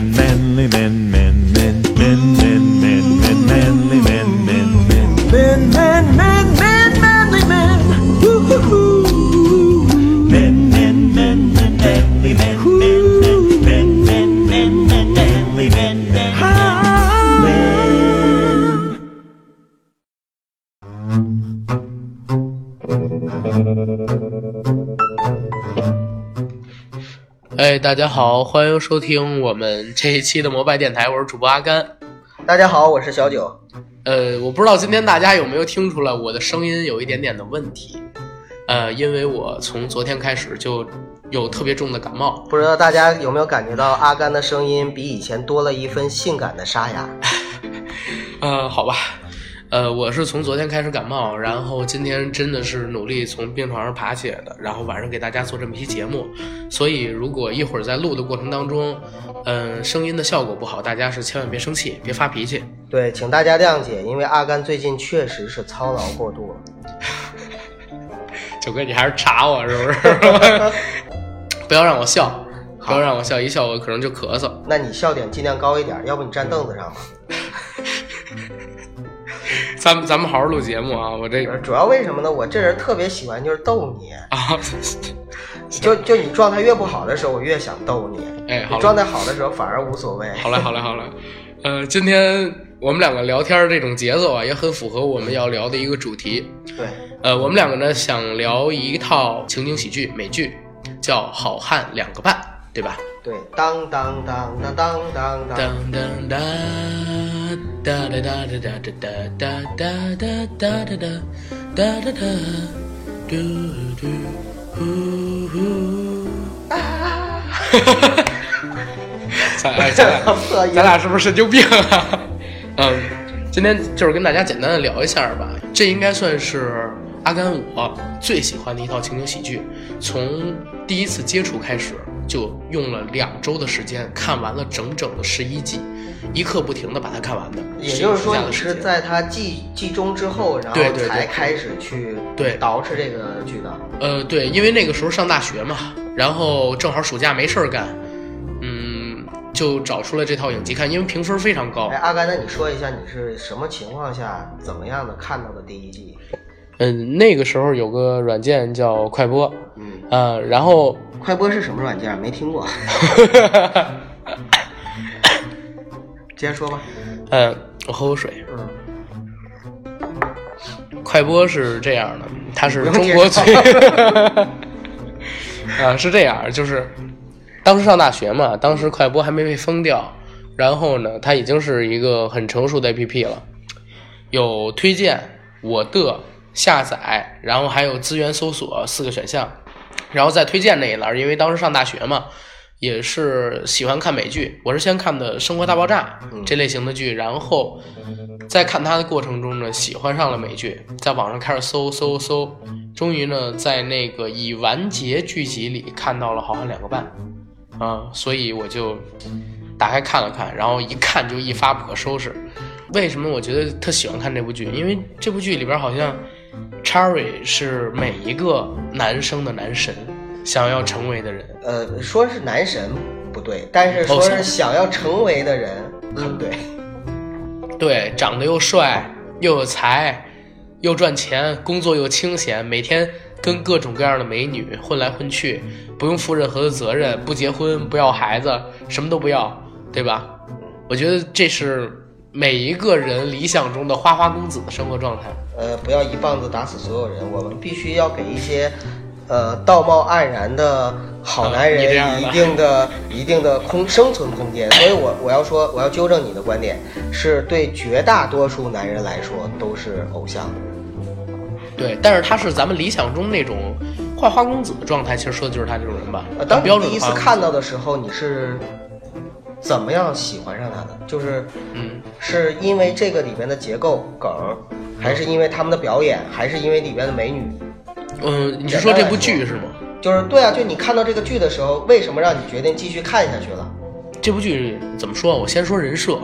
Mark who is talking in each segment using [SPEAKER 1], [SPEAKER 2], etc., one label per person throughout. [SPEAKER 1] manly men, men, men, men, men, men, men, manly men, men, men, men, men, men, men, manly men. Woo-hoo-hoo. Men, men, men, men, manly men, men, men, men, men, men, men, manly men, men, men, men.
[SPEAKER 2] 哎，大家好，欢迎收听我们这一期的摩拜电台，我是主播阿甘。
[SPEAKER 3] 大家好，我是小九。
[SPEAKER 2] 呃，我不知道今天大家有没有听出来我的声音有一点点的问题，呃，因为我从昨天开始就有特别重的感冒，
[SPEAKER 3] 不知道大家有没有感觉到阿甘的声音比以前多了一分性感的沙哑？
[SPEAKER 2] 呃，好吧，呃，我是从昨天开始感冒，然后今天真的是努力从病床上爬起来的，然后晚上给大家做这么一期节目，所以如果一会儿在录的过程当中，嗯、声音的效果不好，大家是千万别生气，别发脾气。
[SPEAKER 3] 对，请大家谅解，因为阿甘最近确实是操劳过度了。
[SPEAKER 2] 九哥，你还是查我是不 是？不要让我笑，不要让我笑，一笑我可能就咳嗽。
[SPEAKER 3] 那你笑点尽量高一点，要不你站凳子上吧。
[SPEAKER 2] 咱们咱们好好录节目啊！我这个
[SPEAKER 3] 主要为什么呢？我这人特别喜欢就是逗你，
[SPEAKER 2] 啊，
[SPEAKER 3] 就就你状态越不好的时候，我越想逗你；
[SPEAKER 2] 哎，好
[SPEAKER 3] 你
[SPEAKER 2] 了
[SPEAKER 3] 状态好的时候反而无所谓。
[SPEAKER 2] 好了好了好了，呃，今天我们两个聊天儿这种节奏啊，也很符合我们要聊的一个主题。
[SPEAKER 3] 对，
[SPEAKER 2] 呃，我们两个呢想聊一套情景喜剧美剧，叫《好汉两个半》，对吧？
[SPEAKER 3] 对，当当当当当当
[SPEAKER 2] 噔噔哒
[SPEAKER 3] 当，
[SPEAKER 2] 哒哒哒哒哒哒哒哒哒哒哒哒哒哒哒嘟嘟呼呼。咱哎咱俩
[SPEAKER 3] 破音
[SPEAKER 2] 咱俩是不是神经病啊？ 嗯，今天就是跟大家简单的聊一下吧。这应该算是阿甘我最喜欢的一套情景喜剧，从第一次接触开始就用了两周的时间看完了整整的十一季，一刻不停的把它看完的。
[SPEAKER 3] 也就是说
[SPEAKER 2] 11
[SPEAKER 3] 你
[SPEAKER 2] 集
[SPEAKER 3] 是
[SPEAKER 2] 的时间
[SPEAKER 3] 在他季季中之后，然后
[SPEAKER 2] 对对对
[SPEAKER 3] 才开始去
[SPEAKER 2] 对
[SPEAKER 3] 捯饬这个剧的。
[SPEAKER 2] 呃，对，因为那个时候上大学嘛，然后正好暑假没事儿干，嗯，就找出了这套影集看，因为评分非常高
[SPEAKER 3] 哎，。阿甘，那你说一下你是什么情况下怎么样的看到的第一季？
[SPEAKER 2] 嗯，那个时候有个软件叫快播，
[SPEAKER 3] 嗯，
[SPEAKER 2] 呃，然后，
[SPEAKER 3] 快播是什么软件？没听过。 接着说吧。
[SPEAKER 2] 嗯，我喝口水。
[SPEAKER 3] 嗯，
[SPEAKER 2] 快播是这样的，它是
[SPEAKER 3] 不用
[SPEAKER 2] 中国
[SPEAKER 3] 介
[SPEAKER 2] 最，啊，是这样，就是当时上大学嘛，当时快播还没被封掉，然后呢，它已经是一个很成熟的 APP 了，有推荐、我的、下载，然后还有资源搜索四个选项，然后在推荐那一栏，因为当时上大学嘛。也是喜欢看美剧，我是先看的《生活大爆炸》这类型的剧，然后在看它的过程中呢，喜欢上了美剧，在网上开始搜搜搜，终于呢，在那个已完结剧集里看到了《好汉两个半》，啊，所以我就打开看了看，然后一看就一发不可收拾。为什么我觉得特喜欢看这部剧？因为这部剧里边好像 Cherry 是每一个男生的男神想要成为的人。
[SPEAKER 3] 呃，说是男神不对，但是说
[SPEAKER 2] 偶
[SPEAKER 3] 是
[SPEAKER 2] 像
[SPEAKER 3] 想要成为的人，嗯，对，
[SPEAKER 2] 对，长得又帅，又有才，又赚钱，工作又清闲，每天跟各种各样的美女混来混去，不用负任何的责任，不结婚，不要孩子，什么都不要，对吧？我觉得这是每一个人理想中的花花公子的生活状态。
[SPEAKER 3] 呃，不要一棒子打死所有人，我们必须要给一些，呃，道貌岸然的好男
[SPEAKER 2] 啊你这样
[SPEAKER 3] 人
[SPEAKER 2] 的
[SPEAKER 3] 一定的、一定的空生存空间。所以我我要说，我要纠正你的观点，是对绝大多数男人来说都是偶像。
[SPEAKER 2] 对，但是他是咱们理想中那种花花公子的状态，其实说的就是他这种人吧。
[SPEAKER 3] 呃，当
[SPEAKER 2] 很标
[SPEAKER 3] 你
[SPEAKER 2] 准
[SPEAKER 3] 第一
[SPEAKER 2] 的
[SPEAKER 3] 次
[SPEAKER 2] 花花公子
[SPEAKER 3] 看到的时候，你是怎么样喜欢上他的？就是
[SPEAKER 2] 嗯，
[SPEAKER 3] 是因为这个里面的结构梗儿，还是因为他们的表演，还是因为里面的美女？
[SPEAKER 2] 嗯，你是说这部剧是吗？
[SPEAKER 3] 就是对啊，就你看到这个剧的时候，为什么让你决定继续看下去了？
[SPEAKER 2] 嗯这部剧怎么说啊？我先说人设，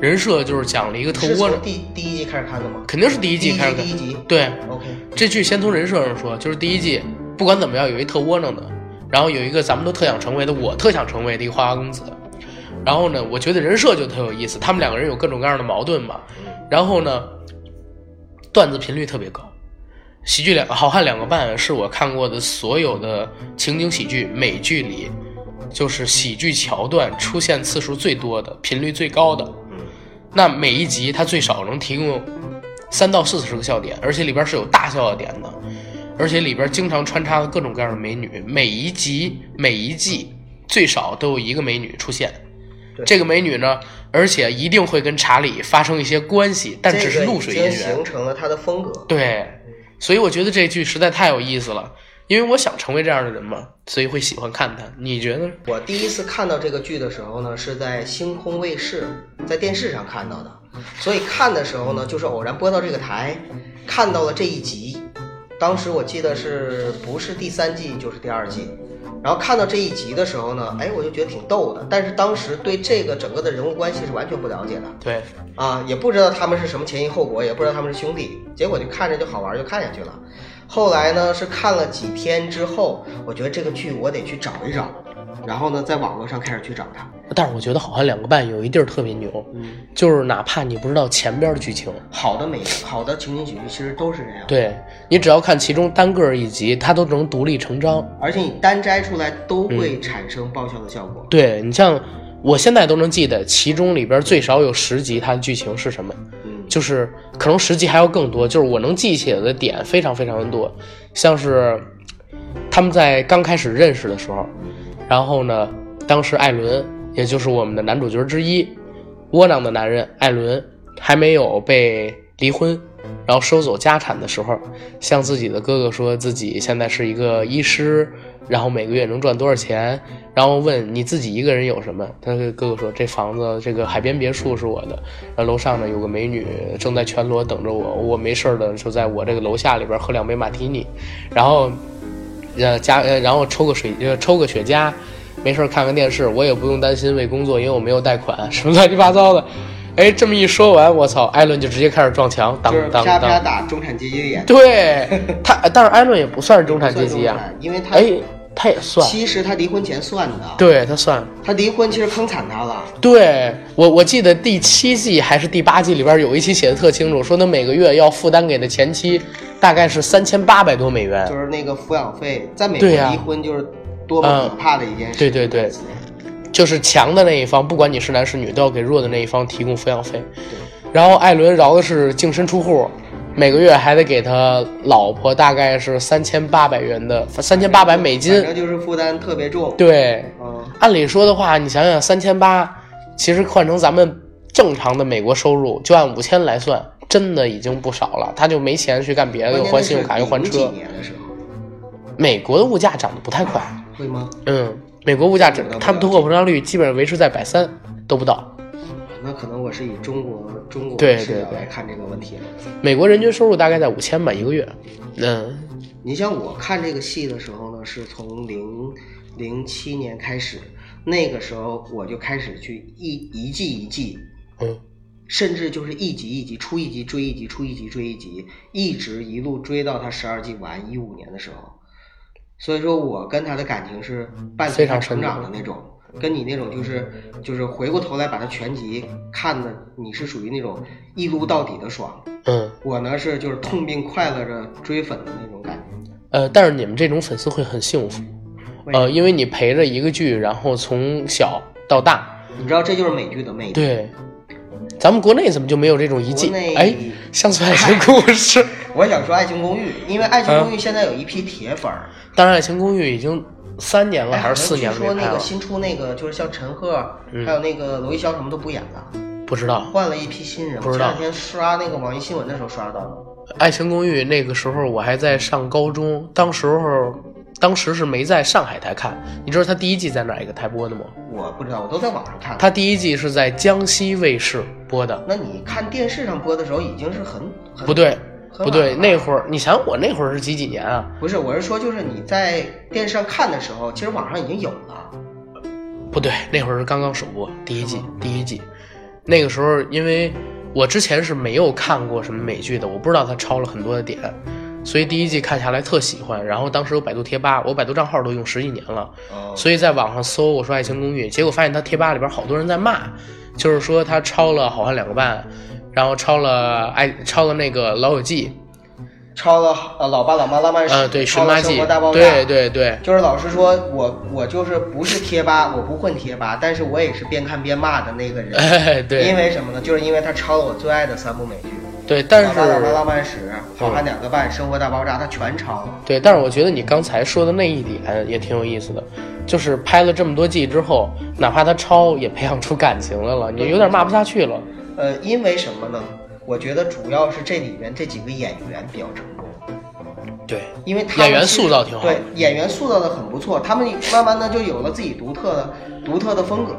[SPEAKER 2] 人设就是讲了一个特
[SPEAKER 3] 是
[SPEAKER 2] 窝囊
[SPEAKER 3] 从，第第一集开始看的吗？
[SPEAKER 2] 肯定是第一季开始
[SPEAKER 3] 第一集
[SPEAKER 2] 看。对，
[SPEAKER 3] OK，
[SPEAKER 2] 这剧先从人设上说，就是第一季不管怎么样有一特窝囊的，然后有一个咱们都特想成为的，我特想成为的一个花花公子。然后呢，我觉得人设就特有意思，他们两个人有各种各样的矛盾嘛。然后呢，段子频率特别高，喜剧两好汉两个半是我看过的所有的情景喜剧美剧里，就是喜剧桥段出现次数最多的、频率最高的。那每一集它最少能提供三到四十个笑点，而且里边是有大笑点的，而且里边经常穿插了各种各样的美女。每一集、每一季最少都有一个美女出现。
[SPEAKER 3] 对
[SPEAKER 2] 这个美女呢，而且一定会跟查理发生一些关系，但只是露水
[SPEAKER 3] 这个
[SPEAKER 2] 姻
[SPEAKER 3] 已经
[SPEAKER 2] 缘。
[SPEAKER 3] 形嗯成了他的风格。
[SPEAKER 2] 对，所以我觉得这剧实在太有意思了，因为我想成为这样的人嘛，所以会喜欢看它。你觉得？
[SPEAKER 3] 我第一次看到这个剧的时候呢，是在星空卫视，在电视上看到的，所以看的时候呢，就是偶然播到这个台，看到了这一集。当时我记得是不是第三季就是第二季，然后看到这一集的时候呢，哎，我就觉得挺逗的，但是当时对这个整个的人物关系是完全不了解的，
[SPEAKER 2] 对，
[SPEAKER 3] 啊，也不知道他们是什么前因后果，也不知道他们是兄弟，结果就看着就好玩，就看下去了。后来呢，是看了几天之后，我觉得这个剧我得去找一找，然后呢，在网络上开始去找它。
[SPEAKER 2] 但是我觉得《好汉两个半》有一地儿特别牛，
[SPEAKER 3] 嗯，
[SPEAKER 2] 就是哪怕你不知道前边的剧情，
[SPEAKER 3] 好的美，好的情景喜剧其实都是这样。，
[SPEAKER 2] 对你只要看其中单个儿一集，它都能独立成章。
[SPEAKER 3] 而且你单摘出来都
[SPEAKER 2] 嗯
[SPEAKER 3] 会产生爆笑的效果。
[SPEAKER 2] 对你像我现在都能记得，其中里边最少有十集，它的剧情是什么，
[SPEAKER 3] 嗯，
[SPEAKER 2] 就是可能十集还要更多，就是我能记起来的点非常非常的多，像是他们在刚开始认识的时候，然后呢，当时艾伦也就是我们的男主角之一，窝囊的男人艾伦还没有被离婚，然后收走家产的时候，向自己的哥哥说自己现在是一个医师，然后每个月能赚多少钱，然后问你自己一个人有什么？他的哥哥说这房子这个海边别墅是我的，然后楼上呢有个美女正在全裸等着我，我没事儿的就在我这个楼下里边喝两杯马提尼，然后。呃加呃，然后抽个水呃抽个雪茄，没事儿看看电视，我也不用担心为工作，因为我没有贷款， 什么乱七八糟的。哎，这么一说完，我操，艾伦就直接开始撞墙，当
[SPEAKER 3] 就是
[SPEAKER 2] 当
[SPEAKER 3] 啪啪
[SPEAKER 2] 当。
[SPEAKER 3] 打中产阶级的眼，
[SPEAKER 2] 对他，但是艾伦也不算是中产阶级啊
[SPEAKER 3] 不，算中产因为他
[SPEAKER 2] 哎，他也算，
[SPEAKER 3] 其实他离婚前算的，
[SPEAKER 2] 对他算。
[SPEAKER 3] 他离婚其实坑惨他了。
[SPEAKER 2] 对我，我记得第七季还是第八季里边有一期写的特清楚，说他每个月要负担给的前妻大概是三千八百多美元
[SPEAKER 3] 就。是那个抚养费，在美国
[SPEAKER 2] 对呀
[SPEAKER 3] 离婚就是多么可怕的一件
[SPEAKER 2] 嗯
[SPEAKER 3] 事。
[SPEAKER 2] 对对对就是强的那一方，不管你是男是女，都要给弱的那一方提供抚养费。然后艾伦饶的是净身出户，每个月还得给他老婆大概是三千八百元的三千八百美金
[SPEAKER 3] 反。正就是负担特别重。
[SPEAKER 2] 对，
[SPEAKER 3] 嗯，
[SPEAKER 2] 按理说的话，你想想三千八，其实换成咱们正常的美国收入，就按五千来算，真的已经不少了。他就没钱去干别的，又还信用卡又还
[SPEAKER 3] 关键是
[SPEAKER 2] 车
[SPEAKER 3] 零几。年的时候
[SPEAKER 2] 美国的物价涨得不太快，
[SPEAKER 3] 会吗？
[SPEAKER 2] 嗯，美国物价整
[SPEAKER 3] 不
[SPEAKER 2] 个
[SPEAKER 3] 到
[SPEAKER 2] 他们通货膨胀率基本上维持在百三都不到。
[SPEAKER 3] 那可能我是以中国中国
[SPEAKER 2] 对
[SPEAKER 3] 的视角
[SPEAKER 2] 对对
[SPEAKER 3] 来看这个问题。
[SPEAKER 2] 美国人均收入大概在五千吧一个月。嗯，
[SPEAKER 3] 你像我看这个戏的时候呢，是从零零七年开始，那个时候我就开始去一一季一季，
[SPEAKER 2] 嗯，
[SPEAKER 3] 甚至就是一集一集出一集追一集出一集追一集，一直一路追到他十二季完一五年的时候。所以说我跟他的感情是
[SPEAKER 2] 嗯
[SPEAKER 3] 伴随他成长的那种，跟你那种就是就是回过头来把他全集看的，你是属于那种一撸到底的爽。
[SPEAKER 2] 嗯，
[SPEAKER 3] 我呢是就是痛并快乐着追粉的那种感觉。
[SPEAKER 2] 呃，但是你们这种粉丝会很幸福，呃，因为你陪着一个剧，然后从小到大，
[SPEAKER 3] 你知道这就是美剧的魅力。
[SPEAKER 2] 对。咱们国内怎么就没有这种一季
[SPEAKER 3] 国内？
[SPEAKER 2] 哎，乡村爱情故事。
[SPEAKER 3] 我想说《爱情公寓》，因为《爱情
[SPEAKER 2] 嗯
[SPEAKER 3] 公寓》现在有一批铁粉儿。
[SPEAKER 2] 当然，《爱情公寓》已经三年了
[SPEAKER 3] 哎
[SPEAKER 2] 还是四年
[SPEAKER 3] 好像
[SPEAKER 2] 没拍
[SPEAKER 3] 据说那个
[SPEAKER 2] 了，嗯
[SPEAKER 3] 新出那个就是像陈赫，还有那个娄艺潇什么都不演了，
[SPEAKER 2] 不知道。
[SPEAKER 3] 换了一批新人。
[SPEAKER 2] 不
[SPEAKER 3] 我
[SPEAKER 2] 知
[SPEAKER 3] 前
[SPEAKER 2] 道
[SPEAKER 3] 两天刷那个网易新闻的时候刷到的。
[SPEAKER 2] 《爱情公寓》那个时候我还在上高中，当时候当时是没在上海台看。你知道它第一季在哪一个台播的吗？
[SPEAKER 3] 我不知道，我都在网上看的。
[SPEAKER 2] 它第一季是在江西卫视播的。
[SPEAKER 3] 那你看电视上播的时候已经是很很
[SPEAKER 2] 不对，
[SPEAKER 3] 很晚了
[SPEAKER 2] 不对，那会儿你想我那会儿是几几年啊？
[SPEAKER 3] 不是，我是说就是你在电视上看的时候，其实网上已经有了。
[SPEAKER 2] 不对，那会儿是刚刚首播第一季，
[SPEAKER 3] 嗯
[SPEAKER 2] 第一季。那个时候，因为我之前是没有看过什么美剧的，我不知道它抄了很多的点。所以第一季看下来特喜欢。然后当时有百度贴吧，我百度账号都用十几年了，
[SPEAKER 3] 哦，
[SPEAKER 2] 所以在网上搜我说《爱情公寓》，结果发现他贴吧里边好多人在骂，就是说他抄了《好汉两个半》，然后抄了《爱》，抄了那个《老友记
[SPEAKER 3] 抄了呃老爸老妈浪漫》，史，
[SPEAKER 2] 呃，对，《
[SPEAKER 3] 抄
[SPEAKER 2] 寻
[SPEAKER 3] 了
[SPEAKER 2] 妈
[SPEAKER 3] 生
[SPEAKER 2] 记
[SPEAKER 3] 活大爆》，炸，
[SPEAKER 2] 对对对，
[SPEAKER 3] 就是老师说我我就是不是贴吧，我不混贴吧，但是我也是边看边骂的那 个人。
[SPEAKER 2] 哎
[SPEAKER 3] 因
[SPEAKER 2] 对
[SPEAKER 3] 为什么呢？就是因为他抄了我最爱的三部美剧，
[SPEAKER 2] 对，但
[SPEAKER 3] 老爸老妈浪
[SPEAKER 2] 是嗯
[SPEAKER 3] 漫史》《好汉两个半》《生活大爆炸》，他全抄了。
[SPEAKER 2] 对，但是我觉得你刚才说的那一点也挺有意思的，就是拍了这么多季之后，哪怕他抄也培养出感情来了，你有点骂不下去了。
[SPEAKER 3] 呃，因为什么呢？我觉得主要是这里面这几个演员比较成功，
[SPEAKER 2] 对，
[SPEAKER 3] 因为他们
[SPEAKER 2] 演员
[SPEAKER 3] 其实
[SPEAKER 2] 塑造挺好的
[SPEAKER 3] 对，演员塑造的很不错，他们慢慢的就有了自己独特的独特的风格。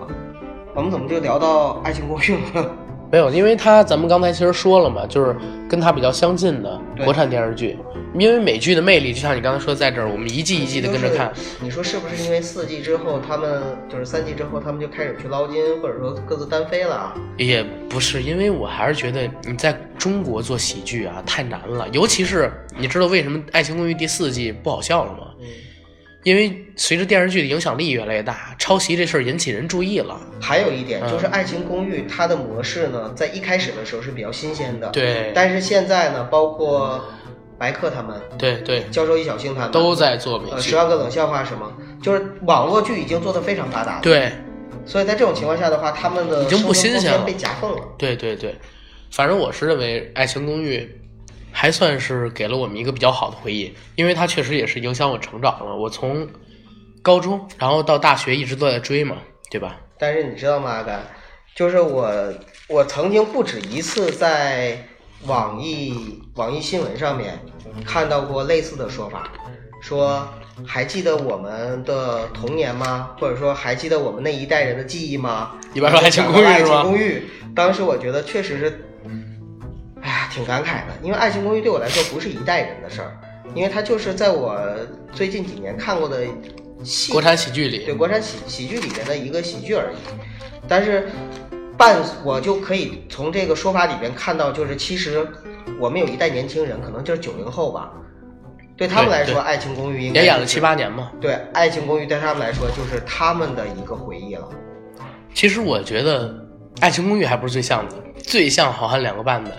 [SPEAKER 3] 我们怎么就聊到《爱情公寓》了？
[SPEAKER 2] 没有，因为他咱们刚才其实说了嘛，就是跟他比较相近的
[SPEAKER 3] 对
[SPEAKER 2] 国产电视剧，因为美剧的魅力，就像你刚才说，在这儿我们一季一季的
[SPEAKER 3] 就
[SPEAKER 2] 跟
[SPEAKER 3] 是
[SPEAKER 2] 着看，
[SPEAKER 3] 你说是不是因为四季之后，他们就是三季之后，他们就开始去捞金，或者说各自单飞了啊？
[SPEAKER 2] 也不是，因为我还是觉得你在中国做喜剧啊太难了，尤其是你知道为什么《爱情公寓》第四季不好笑了吗？
[SPEAKER 3] 嗯
[SPEAKER 2] 因为随着电视剧的影响力越来越大，抄袭这事儿引起人注意了。
[SPEAKER 3] 还有一
[SPEAKER 2] 嗯
[SPEAKER 3] 点就是《爱情公寓》它的模式呢，在一开始的时候是比较新鲜的，。
[SPEAKER 2] 对，
[SPEAKER 3] 但是现在呢，包括白客他们、
[SPEAKER 2] 对对，
[SPEAKER 3] 教授易小星他们
[SPEAKER 2] 都在做美
[SPEAKER 3] 呃
[SPEAKER 2] 剧
[SPEAKER 3] 十。万个冷笑话什么，就是网络剧已经做得非常发达了。，
[SPEAKER 2] 对
[SPEAKER 3] 所以在这种情况下的话，他们的
[SPEAKER 2] 已经不新鲜了
[SPEAKER 3] 生活空间被夹缝了。
[SPEAKER 2] 对对对，反正我是认为《爱情公寓》还算是给了我们一个比较好的回忆，因为它确实也是影响我成长了。我从高中，然后到大学一直都在追嘛，对吧？
[SPEAKER 3] 但是你知道吗，阿甘，就是我我曾经不止一次在网易网易新闻上面看到过类似的说法，说还记得我们的童年吗？或者说还记得我们那一代人的记忆吗？
[SPEAKER 2] 你玩过爱情公寓
[SPEAKER 3] 爱
[SPEAKER 2] 是
[SPEAKER 3] 情
[SPEAKER 2] 吗
[SPEAKER 3] 公寓，当时我觉得确实是，哎呀，挺感慨的，因为《爱情公寓》对我来说不是一代人的事儿，因为它就是在我最近几年看过的戏
[SPEAKER 2] 国产喜剧里
[SPEAKER 3] 对，国产喜喜剧里面的一个喜剧而已。但是伴我就可以从这个说法里边看到，就是其实我们有一代年轻人，可能就是九零后吧，对他们
[SPEAKER 2] 对
[SPEAKER 3] 来说，
[SPEAKER 2] 对
[SPEAKER 3] 《爱情公寓》应该
[SPEAKER 2] 也演
[SPEAKER 3] 就
[SPEAKER 2] 了
[SPEAKER 3] 是
[SPEAKER 2] 七。八年嘛。
[SPEAKER 3] 对，《爱情公寓》对他们来说就是他们的一个回忆了。
[SPEAKER 2] 其实我觉得《爱情公寓》还不是最像的，最像《好汉两个半》的，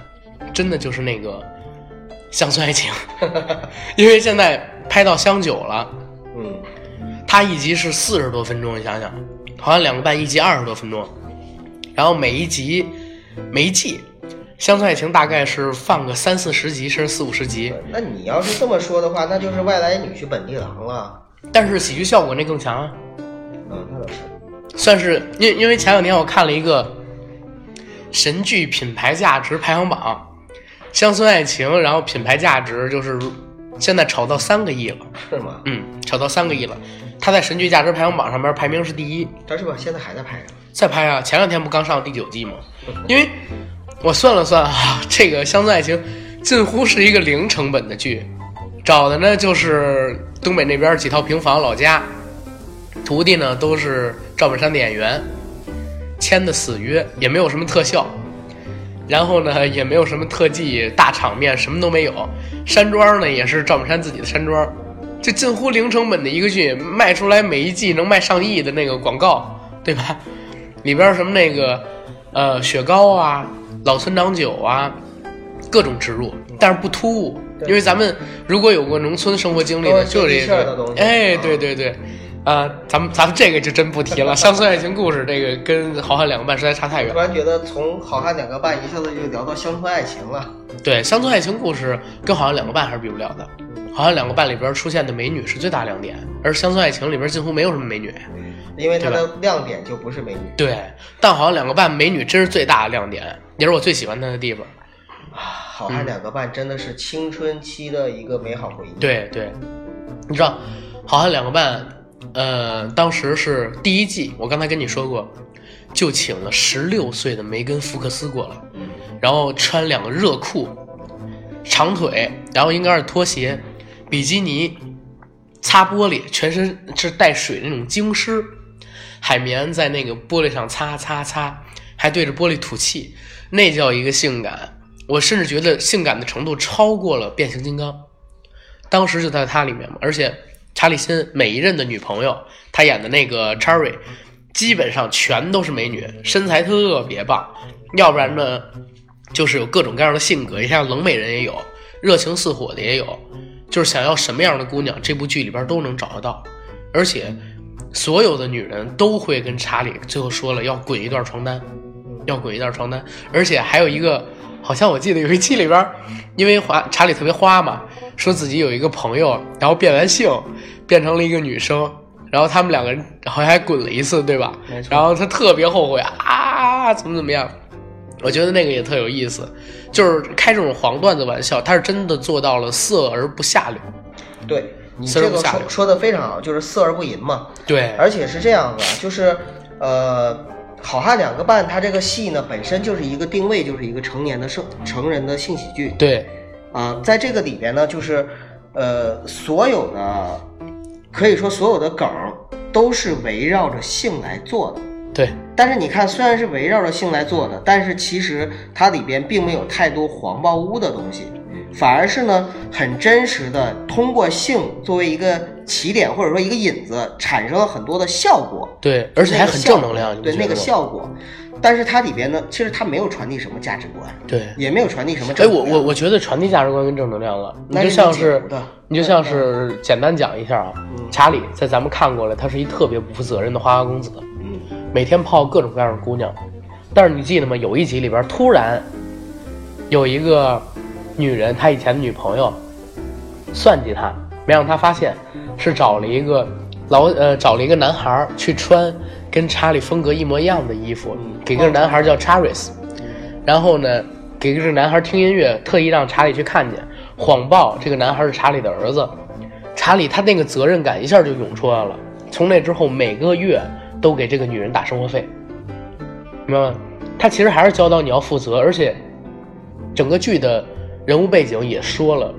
[SPEAKER 2] 真的就是那个《乡村爱情》， 因为现在拍到乡九了，
[SPEAKER 3] 嗯，
[SPEAKER 2] 它一集是四十多分钟，你想想，《好汉两个半》一集二十多分钟，然后每一集每一季。乡村爱情大概是放个三四十集，甚至四五十集，
[SPEAKER 3] 那你要是这么说的话，那就是外来女婿本地郎了。
[SPEAKER 2] 但是喜剧效果那更强啊。
[SPEAKER 3] 嗯，那倒是。
[SPEAKER 2] 算是因因为前两天我看了一个神剧品牌价值排行榜，《乡村爱情》，然后品牌价值就是现在炒到三个亿了，
[SPEAKER 3] 是吗？
[SPEAKER 2] 嗯，炒到三个亿了。它在神剧价值排行榜上面排名是第一，
[SPEAKER 3] 但是吧，现在还在拍 着呢。
[SPEAKER 2] 再拍啊，前两天不刚上第九季吗？ 因为我算了算啊，这个《乡村爱情》近乎是一个零成本的剧，找的呢就是东北那边几套平房老家，徒弟呢都是赵本山的演员，签的死约，也没有什么特效，然后呢也没有什么特技大场面，什么都没有。山庄呢也是赵本山自己的山庄，就近乎零成本的一个剧，卖出来每一季能卖上亿的那个广告，对吧？里边儿什么那个呃雪糕啊、老村长酒啊，各种植入，但是不突兀。
[SPEAKER 3] 嗯对
[SPEAKER 2] 因为咱们如果有过农村生活经历的，
[SPEAKER 3] 都
[SPEAKER 2] 就是是这
[SPEAKER 3] 接地气儿的东西
[SPEAKER 2] 哎，
[SPEAKER 3] 啊
[SPEAKER 2] 对对对，啊、咱们咱们这个就真不提 了，《乡村爱情故事》这个跟《好汉两个半》实在差太远
[SPEAKER 3] 突。然觉得从《好汉两个半》一下子就聊到乡村爱情了。
[SPEAKER 2] 对，《乡村爱情故事》跟《好汉两个半》还是比不了的，《好汉两个半》里边出现的美女是最大亮点，而《乡村爱情》里边近乎没有什么美女。
[SPEAKER 3] 因为它的亮点就不是美女。
[SPEAKER 2] 对，但《好汉两个半》美女真是最大的亮点，也是我最喜欢她的地方。
[SPEAKER 3] 好
[SPEAKER 2] 嗯
[SPEAKER 3] 汉两个半真的是青春期的一个美好回忆。，
[SPEAKER 2] 对对，你知道《好汉两个半》呃，当时是第一季，我刚才跟你说过，就请了十六岁的梅根·福克斯过来，然后穿两个热裤、长腿，然后应该是拖鞋、比基尼，擦玻璃，全身是带水那种精湿，海绵在那个玻璃上擦擦擦，还对着玻璃吐气，那叫一个性感。我甚至觉得性感的程度超过了变形金刚。当时就在它里面嘛。而且查理辛每一任的女朋友，她演的那个 Cherry，基本上全都是美女，身材特别棒。要不然呢，就是有各种各样的性格，像冷美人也有，热情似火的也有，就是想要什么样的姑娘，这部剧里边都能找得到。而且，所有的女人都会跟查理最后说了要滚一段床单，要滚一段床单。而且还有一个，好像我记得有一期里边，因为华查理特别花嘛，说自己有一个朋友，然后变完性，变成了一个女生，然后他们两个人好像还滚了一次，对吧？
[SPEAKER 3] 没错
[SPEAKER 2] 然后他特别后悔啊，怎么怎么样。我觉得那个也特有意思，就是开这种黄段子玩笑，他是真的做到了色而不下流。
[SPEAKER 3] 对你
[SPEAKER 2] 色
[SPEAKER 3] 这
[SPEAKER 2] 而
[SPEAKER 3] 个
[SPEAKER 2] 不下
[SPEAKER 3] 说
[SPEAKER 2] 流
[SPEAKER 3] 说的非常好，就是色而不淫嘛。
[SPEAKER 2] 对，
[SPEAKER 3] 而且是这样的，就是呃，《好汉两个半》它这个戏呢，本身就是一个定位，就是一个成年的成成人的性喜剧
[SPEAKER 2] 对，
[SPEAKER 3] 啊、在这个里边呢，就是呃，所有的可以说所有的梗儿都是围绕着性来做的。
[SPEAKER 2] 对，
[SPEAKER 3] 但是你看，虽然是围绕着性来做的，但是其实它里边并没有太多黄暴污的东西，
[SPEAKER 2] 嗯
[SPEAKER 3] 反而是呢很真实的通过性作为一个起点或者说一个引子，产生了很多的效果，
[SPEAKER 2] 对，而且还很正能量，你不
[SPEAKER 3] 对
[SPEAKER 2] 觉得
[SPEAKER 3] 那个
[SPEAKER 2] 吗
[SPEAKER 3] 效果。但是它里边呢，其实它没有传递什么价值观，
[SPEAKER 2] 对。
[SPEAKER 3] 也没有传递什
[SPEAKER 2] 嗯
[SPEAKER 3] 么
[SPEAKER 2] 哎，
[SPEAKER 3] 正
[SPEAKER 2] 我
[SPEAKER 3] 能量。
[SPEAKER 2] 我我觉得传递价值观跟正能量了，你
[SPEAKER 3] 那
[SPEAKER 2] 就是像
[SPEAKER 3] 你解
[SPEAKER 2] 是
[SPEAKER 3] 读的嗯
[SPEAKER 2] 你就像是简单讲一下啊，查理在咱们看过了，他是一特别不负责任的花花公子，
[SPEAKER 3] 嗯
[SPEAKER 2] 每天泡各种各样的姑娘。但是你记得吗？有一集里边突然有一个女人，她以前的女朋友算计他，没让他发现，是找了一个老呃找了一个男孩儿去穿跟查理风格一模一样的衣服，给个男孩儿叫 Charis，然后呢给这个男孩儿听音乐，特意让查理去看见，谎报这个男孩儿是查理的儿子。查理他那个责任感一下就涌出来了，从那之后每个月都给这个女人打生活费，明白吗？他其实还是教导你要负责，而且整个剧的人物背景也说了，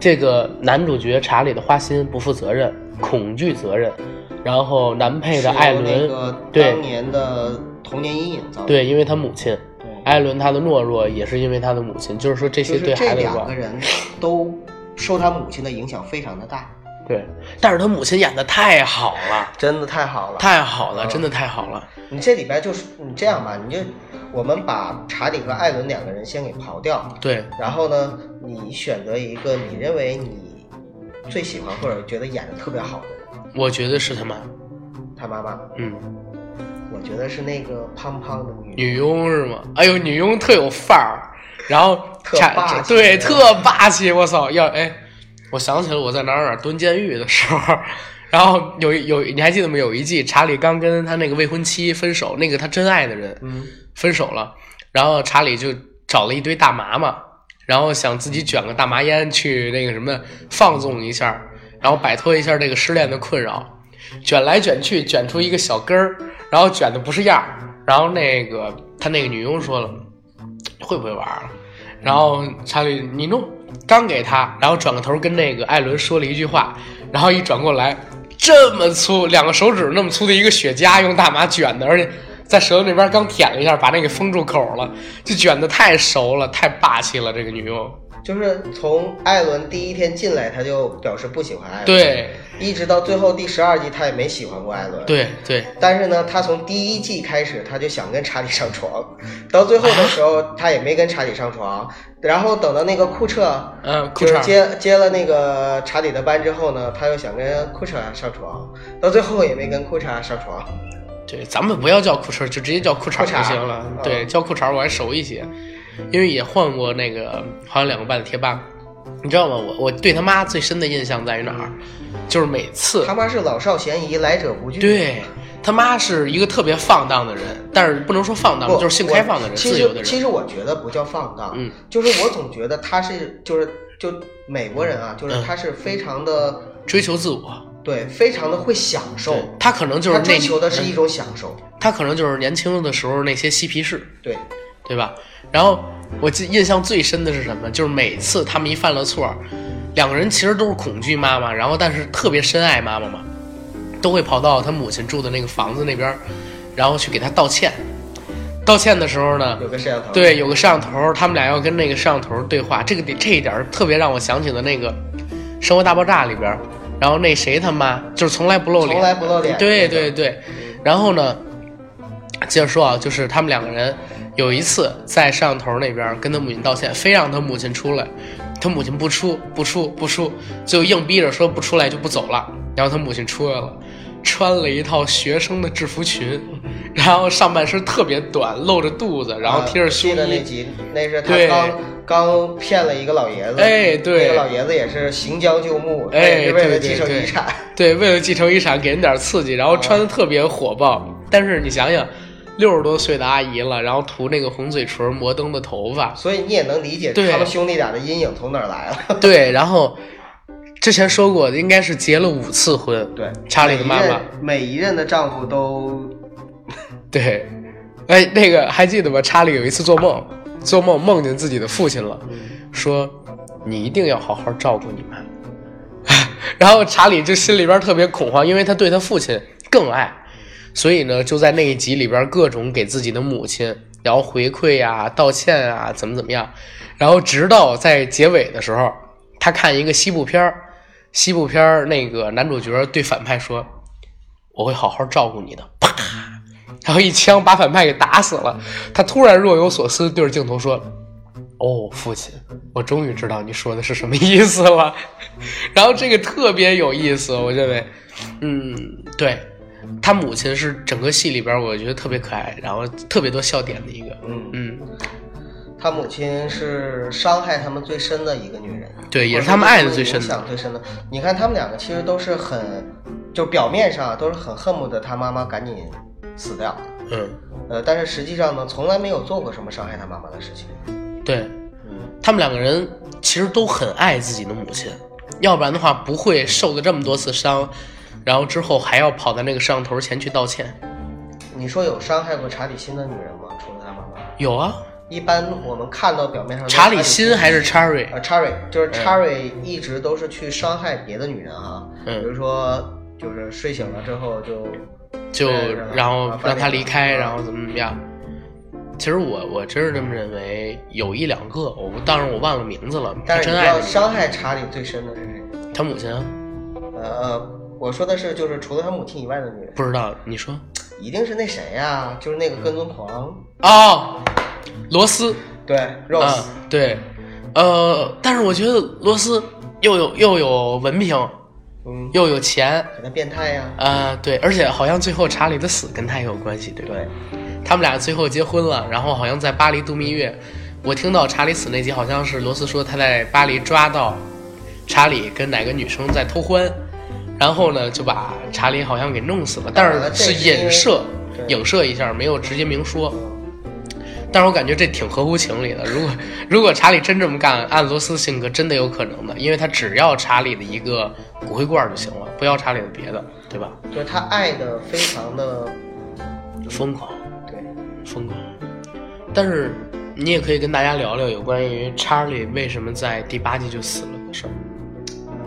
[SPEAKER 2] 这个男主角查理的花心不负责任，恐惧责任，然后男配的艾
[SPEAKER 3] 是由
[SPEAKER 2] 伦，
[SPEAKER 3] 那个
[SPEAKER 2] 对
[SPEAKER 3] 当年的童年阴影造成的。
[SPEAKER 2] 对，因为他母亲，
[SPEAKER 3] 对
[SPEAKER 2] 艾伦他的懦弱也是因为他的母亲，就是说这
[SPEAKER 3] 就
[SPEAKER 2] 些
[SPEAKER 3] 是
[SPEAKER 2] 对孩
[SPEAKER 3] 这
[SPEAKER 2] 子有
[SPEAKER 3] 两个
[SPEAKER 2] 关，
[SPEAKER 3] 人都受他母亲的影响非常的大，
[SPEAKER 2] 对，但是他母亲演的太好了，
[SPEAKER 3] 真的太好了。
[SPEAKER 2] 太好
[SPEAKER 3] 嗯
[SPEAKER 2] 了，真的太好了，
[SPEAKER 3] 你这里边就是你这样吧，你就我们把查理和艾伦两个人先给刨掉，
[SPEAKER 2] 对，
[SPEAKER 3] 然后呢，你选择一个你认为你最喜欢或者觉得演的特别好的人，
[SPEAKER 2] 我觉得是他妈，
[SPEAKER 3] 他妈妈，
[SPEAKER 2] 嗯，
[SPEAKER 3] 我觉得是那个胖胖的女
[SPEAKER 2] 女佣是吗？哎呦，女佣特有范儿，然后
[SPEAKER 3] 特
[SPEAKER 2] 查
[SPEAKER 3] 霸气
[SPEAKER 2] 对，特霸气，我操，要哎，我想起了我在哪儿哪儿蹲监狱的时候。 然后有一有，你还记得吗？有一季查理刚跟他那个未婚妻分手，那个他真爱的人，
[SPEAKER 3] 嗯，
[SPEAKER 2] 分手了，然后查理就找了一堆大麻嘛，然后想自己卷个大麻烟去那个什么放纵一下，然后摆脱一下这个失恋的困扰，卷来卷去，卷出一个小根儿，然后卷的不是样儿，然后那个他那个女佣说了，会不会玩儿啊？然后查理你弄，刚给他，然后转个头跟那个艾伦说了一句话，然后一转过来，这么粗，两个手指那么粗的一个雪茄，用大麻卷的，而且在舌头那边刚舔了一下，把那给封住口了，就卷的太熟了，太霸气了，这个女佣。
[SPEAKER 3] 就是从艾伦第一天进来，他就表示不喜欢艾伦，，
[SPEAKER 2] 对
[SPEAKER 3] 一直到最后第十二集，他也没喜欢过艾伦，
[SPEAKER 2] 对对，
[SPEAKER 3] 但是呢，他从第一季开始，他就想跟查理上床，到最后的时候，他也没跟查理上床。然后等到那个库彻，
[SPEAKER 2] 嗯库
[SPEAKER 3] 就
[SPEAKER 2] 彻
[SPEAKER 3] 是接接了那个查理的班之后呢，他又想跟库彻上床，到最后也没跟库彻上床。
[SPEAKER 2] 对，咱们不要叫裤衩，就直接叫裤衩
[SPEAKER 3] 裤衩
[SPEAKER 2] 就行了。
[SPEAKER 3] 嗯
[SPEAKER 2] 对，叫裤衩我还熟一些，因为也换过那个好像两个半的贴吧，你知道吗？我我对他妈最深的印象在于哪儿？就是每次
[SPEAKER 3] 他妈是老少咸宜，来者不拒。
[SPEAKER 2] 对他妈是一个特别放荡的人，但是不能说放荡吧，
[SPEAKER 3] 不，
[SPEAKER 2] 就是性开放的人，
[SPEAKER 3] 我其
[SPEAKER 2] 自由的
[SPEAKER 3] 实其
[SPEAKER 2] 人。
[SPEAKER 3] 实我觉得不叫放荡，
[SPEAKER 2] 嗯，
[SPEAKER 3] 就是我总觉得他是就是就美国人啊，就是
[SPEAKER 2] 嗯
[SPEAKER 3] 他是非常的、
[SPEAKER 2] 追求自我。
[SPEAKER 3] 对，非常的会享受
[SPEAKER 2] 对，他可能就是
[SPEAKER 3] 他
[SPEAKER 2] 那嗯
[SPEAKER 3] 追求的是一种享受。
[SPEAKER 2] 他可能就是年轻的时候那些嬉皮士，
[SPEAKER 3] 对，
[SPEAKER 2] 对吧？然后我记印象最深的是什么？就是每次他们一犯了错，两个人其实都是恐惧妈妈，然后但是特别深爱妈妈嘛，都会跑到他母亲住的那个房子那边儿，然后去给他道歉。道歉的时候呢，
[SPEAKER 3] 有个摄像头。嗯
[SPEAKER 2] 对，有个摄像头，他们俩要跟那个摄像头对话，这个点这一点儿特别让我想起了那个《生活大爆炸》里边儿，然后那谁他妈就是从来不露脸，
[SPEAKER 3] 从来不露脸。
[SPEAKER 2] 对对对，然后呢，接着说啊，就是他们两个人有一次在摄像头那边跟他母亲道歉，非让他母亲出来，他母亲不出，不出，不出，就硬逼着说不出来就不走了。然后他母亲出来了，穿了一套学生的制服裙，然后上半身特别短，露着肚子，然后
[SPEAKER 3] 啊
[SPEAKER 2] 贴着胸
[SPEAKER 3] 记得那
[SPEAKER 2] 衣。
[SPEAKER 3] 集，那是他
[SPEAKER 2] 对
[SPEAKER 3] 刚刚骗了一个老爷子，
[SPEAKER 2] 哎对
[SPEAKER 3] 那个老爷子也是行将就木，
[SPEAKER 2] 哎
[SPEAKER 3] 也是为了
[SPEAKER 2] 对对
[SPEAKER 3] 继承
[SPEAKER 2] 对
[SPEAKER 3] 遗产，
[SPEAKER 2] 对，为了继承遗产给人点刺激，然后穿
[SPEAKER 3] 啊
[SPEAKER 2] 的特别火爆。但是你想想，六十多岁的阿姨了，然后涂那个红嘴唇，摩登的头发，
[SPEAKER 3] 所以你也能理解
[SPEAKER 2] 对
[SPEAKER 3] 他们兄弟俩的阴影从哪儿来 了。
[SPEAKER 2] 对，然后之前说过，应该是结了五次婚。
[SPEAKER 3] 对，
[SPEAKER 2] 查理的妈妈，
[SPEAKER 3] 每一任每一任的丈夫都
[SPEAKER 2] 对，哎，那个还记得吧？查理有一次做梦，做梦梦见自己的父亲了，说你一定要好好照顾你妈。 然后查理就心里边特别恐慌，因为他对他父亲更爱，所以呢，就在那一集里边各种给自己的母亲，然后回馈呀、道歉啊，怎么怎么样，然后直到在结尾的时候，他看一个西部片儿，西部片儿那个男主角对反派说：“我会好好照顾你的。”啪，然后一枪把反派给打死了。他突然若有所思，对着镜头说：“哦，父亲，我终于知道你说的是什么意思了。”然后这个特别有意思，我认为，嗯，对。他母亲是整个戏里边我觉得特别可爱，然后特别多笑点的一个，
[SPEAKER 3] 嗯，
[SPEAKER 2] 嗯，
[SPEAKER 3] 他母亲是伤害他们最深的一个女人，啊
[SPEAKER 2] 对，也
[SPEAKER 3] 或者
[SPEAKER 2] 是他们爱的最
[SPEAKER 3] 对
[SPEAKER 2] 深
[SPEAKER 3] 他们
[SPEAKER 2] 的
[SPEAKER 3] 影响，最深的。你看他们两个其实都是很，就表面上啊都是很恨不得他妈妈赶紧死掉，
[SPEAKER 2] 嗯，
[SPEAKER 3] 呃，但是实际上呢，从来没有做过什么伤害他妈妈的事情。
[SPEAKER 2] 对，
[SPEAKER 3] 嗯，
[SPEAKER 2] 他们两个人其实都很爱自己的母亲，要不然的话不会受了这么多次伤，然后之后还要跑到那个摄像头前去道歉。
[SPEAKER 3] 你说有伤害过查理辛的女人吗？除了他妈妈，
[SPEAKER 2] 有啊，
[SPEAKER 3] 一般我们看到表面上都是
[SPEAKER 2] 查理
[SPEAKER 3] 辛
[SPEAKER 2] 辛还是嗯 Cherry？
[SPEAKER 3] 呃，Cherry 就是 Cherry 一直都是去伤害别的女人啊，
[SPEAKER 2] 嗯
[SPEAKER 3] 比如说就是睡醒了之后就
[SPEAKER 2] 就
[SPEAKER 3] 对
[SPEAKER 2] 然后
[SPEAKER 3] 然后
[SPEAKER 2] 让他
[SPEAKER 3] 翻脸
[SPEAKER 2] 离开，
[SPEAKER 3] 嗯
[SPEAKER 2] 然后怎么怎么样。其实我我真是这么认为，有一两个，我不当然我忘了名字了，
[SPEAKER 3] 但是
[SPEAKER 2] 真
[SPEAKER 3] 你
[SPEAKER 2] 爱
[SPEAKER 3] 知道
[SPEAKER 2] 的那
[SPEAKER 3] 伤害查理最深的是谁？
[SPEAKER 2] 个他母亲啊，
[SPEAKER 3] 呃呃，我说的是就是除了他母亲以外的女人，
[SPEAKER 2] 不知道你说
[SPEAKER 3] 一定是那谁呀、就是那个跟踪狂，
[SPEAKER 2] 哦，罗斯
[SPEAKER 3] 对，Rose，、
[SPEAKER 2] 啊，对，呃，但是我觉得罗斯又有又有文凭，
[SPEAKER 3] 嗯，
[SPEAKER 2] 又有钱，
[SPEAKER 3] 可能变态呀、
[SPEAKER 2] 啊，对，而且好像最后查理的死跟他也有关系，对吧？
[SPEAKER 3] 对，
[SPEAKER 2] 他们俩最后结婚了，然后好像在巴黎度蜜月。我听到查理死那集，好像是罗斯说他在巴黎抓到查理跟哪个女生在偷欢，然后呢就把查理好像给弄死了，但
[SPEAKER 3] 当然了
[SPEAKER 2] 是
[SPEAKER 3] 啊
[SPEAKER 2] 是
[SPEAKER 3] 这是因为
[SPEAKER 2] 影射
[SPEAKER 3] 对嗯
[SPEAKER 2] 影射一下，没有直接明说。但是我感觉这挺合乎情理的。如果如果查理真这么干，按罗斯性格真的有可能的，因为他只要查理的一个骨灰罐就行了，不要查理的别的，对吧？
[SPEAKER 3] 就是他爱的非常的，
[SPEAKER 2] 疯狂，
[SPEAKER 3] 对，
[SPEAKER 2] 疯狂。但是你也可以跟大家聊聊有关于查理为什么在第八季就死了的事儿。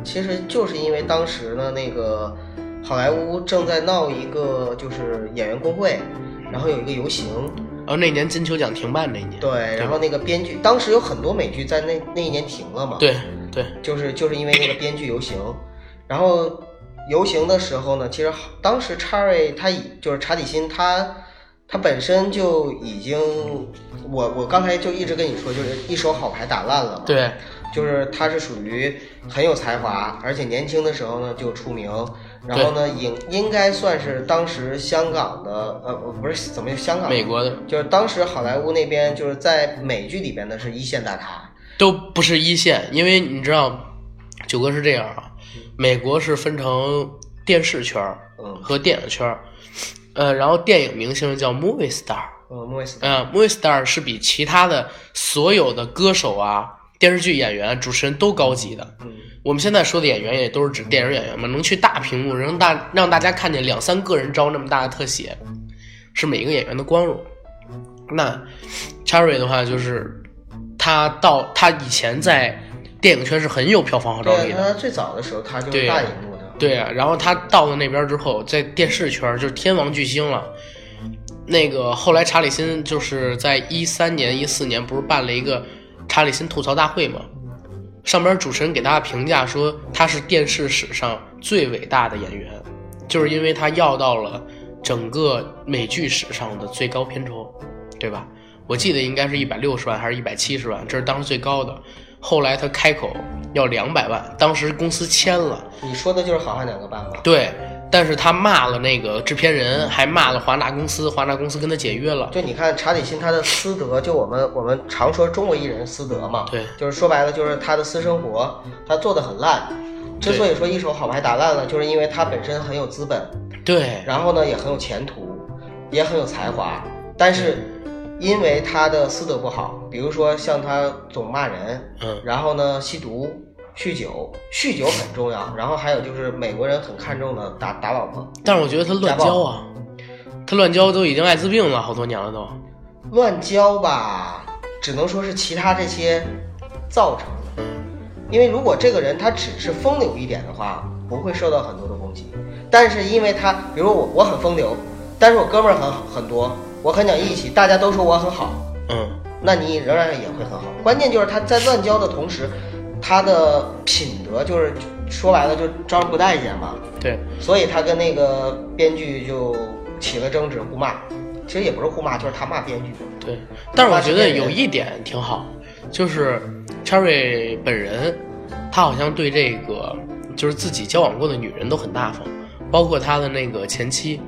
[SPEAKER 3] 其实就是因为当时呢，那个好莱坞正在闹一个就是演员工会，然后有一个游行，
[SPEAKER 2] 然后哦那年金球奖停办那年，
[SPEAKER 3] 对，然后那个编剧当时有很多美剧在那那一年停了嘛，，
[SPEAKER 2] 对对，
[SPEAKER 3] 就是就是因为那个编剧游行，然后游行的时候呢，其实好当时查瑞他已就是查理辛他他本身就已经，我我刚才就一直跟你说，就是一手好牌打烂了嘛，
[SPEAKER 2] 对，
[SPEAKER 3] 就是他是属于很有才华，而且年轻的时候呢就出名，然后呢应应该算是当时香港的呃不是怎么香港
[SPEAKER 2] 美国的
[SPEAKER 3] 就是当时好莱坞那边就是在美剧里边的是一线大咖，
[SPEAKER 2] 都不是一线，因为你知道，九哥是这样啊，美国是分成电视圈儿
[SPEAKER 3] 嗯
[SPEAKER 2] 和电影圈儿，呃，然后电影明星叫 movie star，
[SPEAKER 3] 呃莫里斯
[SPEAKER 2] 呃，movie star 是比其他的所有的歌手啊、电视剧演员、主持人都高级的。
[SPEAKER 3] 嗯
[SPEAKER 2] 我们现在说的演员也都是指电影演员嘛，能去大屏幕让大让大家看见两三个人招那么大的特写，是每一个演员的光荣。那 Cherry 的话就是，他到他以前在电影圈是很有票房号召
[SPEAKER 3] 对
[SPEAKER 2] 力的，
[SPEAKER 3] 他最早的时候他就是
[SPEAKER 2] 对
[SPEAKER 3] 大荧幕的，
[SPEAKER 2] 对啊。然后他到了那边之后，在电视圈就是天王巨星了。那个后来查理辛就是在一三年、一四年不是办了一个查理辛吐槽大会嘛，上边主持人给大家评价说他是电视史上最伟大的演员，就是因为他要到了整个美剧史上的最高片酬，对吧？我记得应该是一百六十万还是一百七十万，这是当时最高的。后来他开口要两百万，当时公司签了，
[SPEAKER 3] 你说的就是好汉两个半吧？
[SPEAKER 2] 对，但是他骂了那个制片人，还骂了华纳公司，华纳公司跟他解约了。
[SPEAKER 3] 就你看查理辛他的私德，就我们我们常说中国艺人私德嘛，
[SPEAKER 2] 对
[SPEAKER 3] 就是说白了就是他的私生活他做的很烂，之所以说一手好牌打烂了，就是因为他本身很有资本，
[SPEAKER 2] 对，
[SPEAKER 3] 然后呢也很有前途，也很有才华，但是
[SPEAKER 2] 嗯
[SPEAKER 3] 因为他的私德不好，比如说像他总骂人，
[SPEAKER 2] 嗯
[SPEAKER 3] 然后呢吸毒。酗酒，酗酒很重要。然后还有就是美国人很看重的打打老婆，
[SPEAKER 2] 但是我觉得他乱交啊，他乱交都已经艾滋病了好多年了都。
[SPEAKER 3] 乱交吧，只能说是其他这些造成的。因为如果这个人他只是风流一点的话，不会受到很多的攻击。但是因为他，比如我我很风流，但是我哥们儿很很多，我很讲义气，大家都说我很好，
[SPEAKER 2] 嗯，
[SPEAKER 3] 那你仍然也会很好。关键就是他在乱交的同时，他的品德就是说白了就招人不待见嘛。
[SPEAKER 2] 对，
[SPEAKER 3] 所以他跟那个编剧就起了争执，互骂。其实也不是互骂，就是他骂编剧。
[SPEAKER 2] 对，但是我觉得有一点挺好，就是 Cherry 本人，他好像对这个就是自己交往过的女人都很大方，包括他的那个前妻。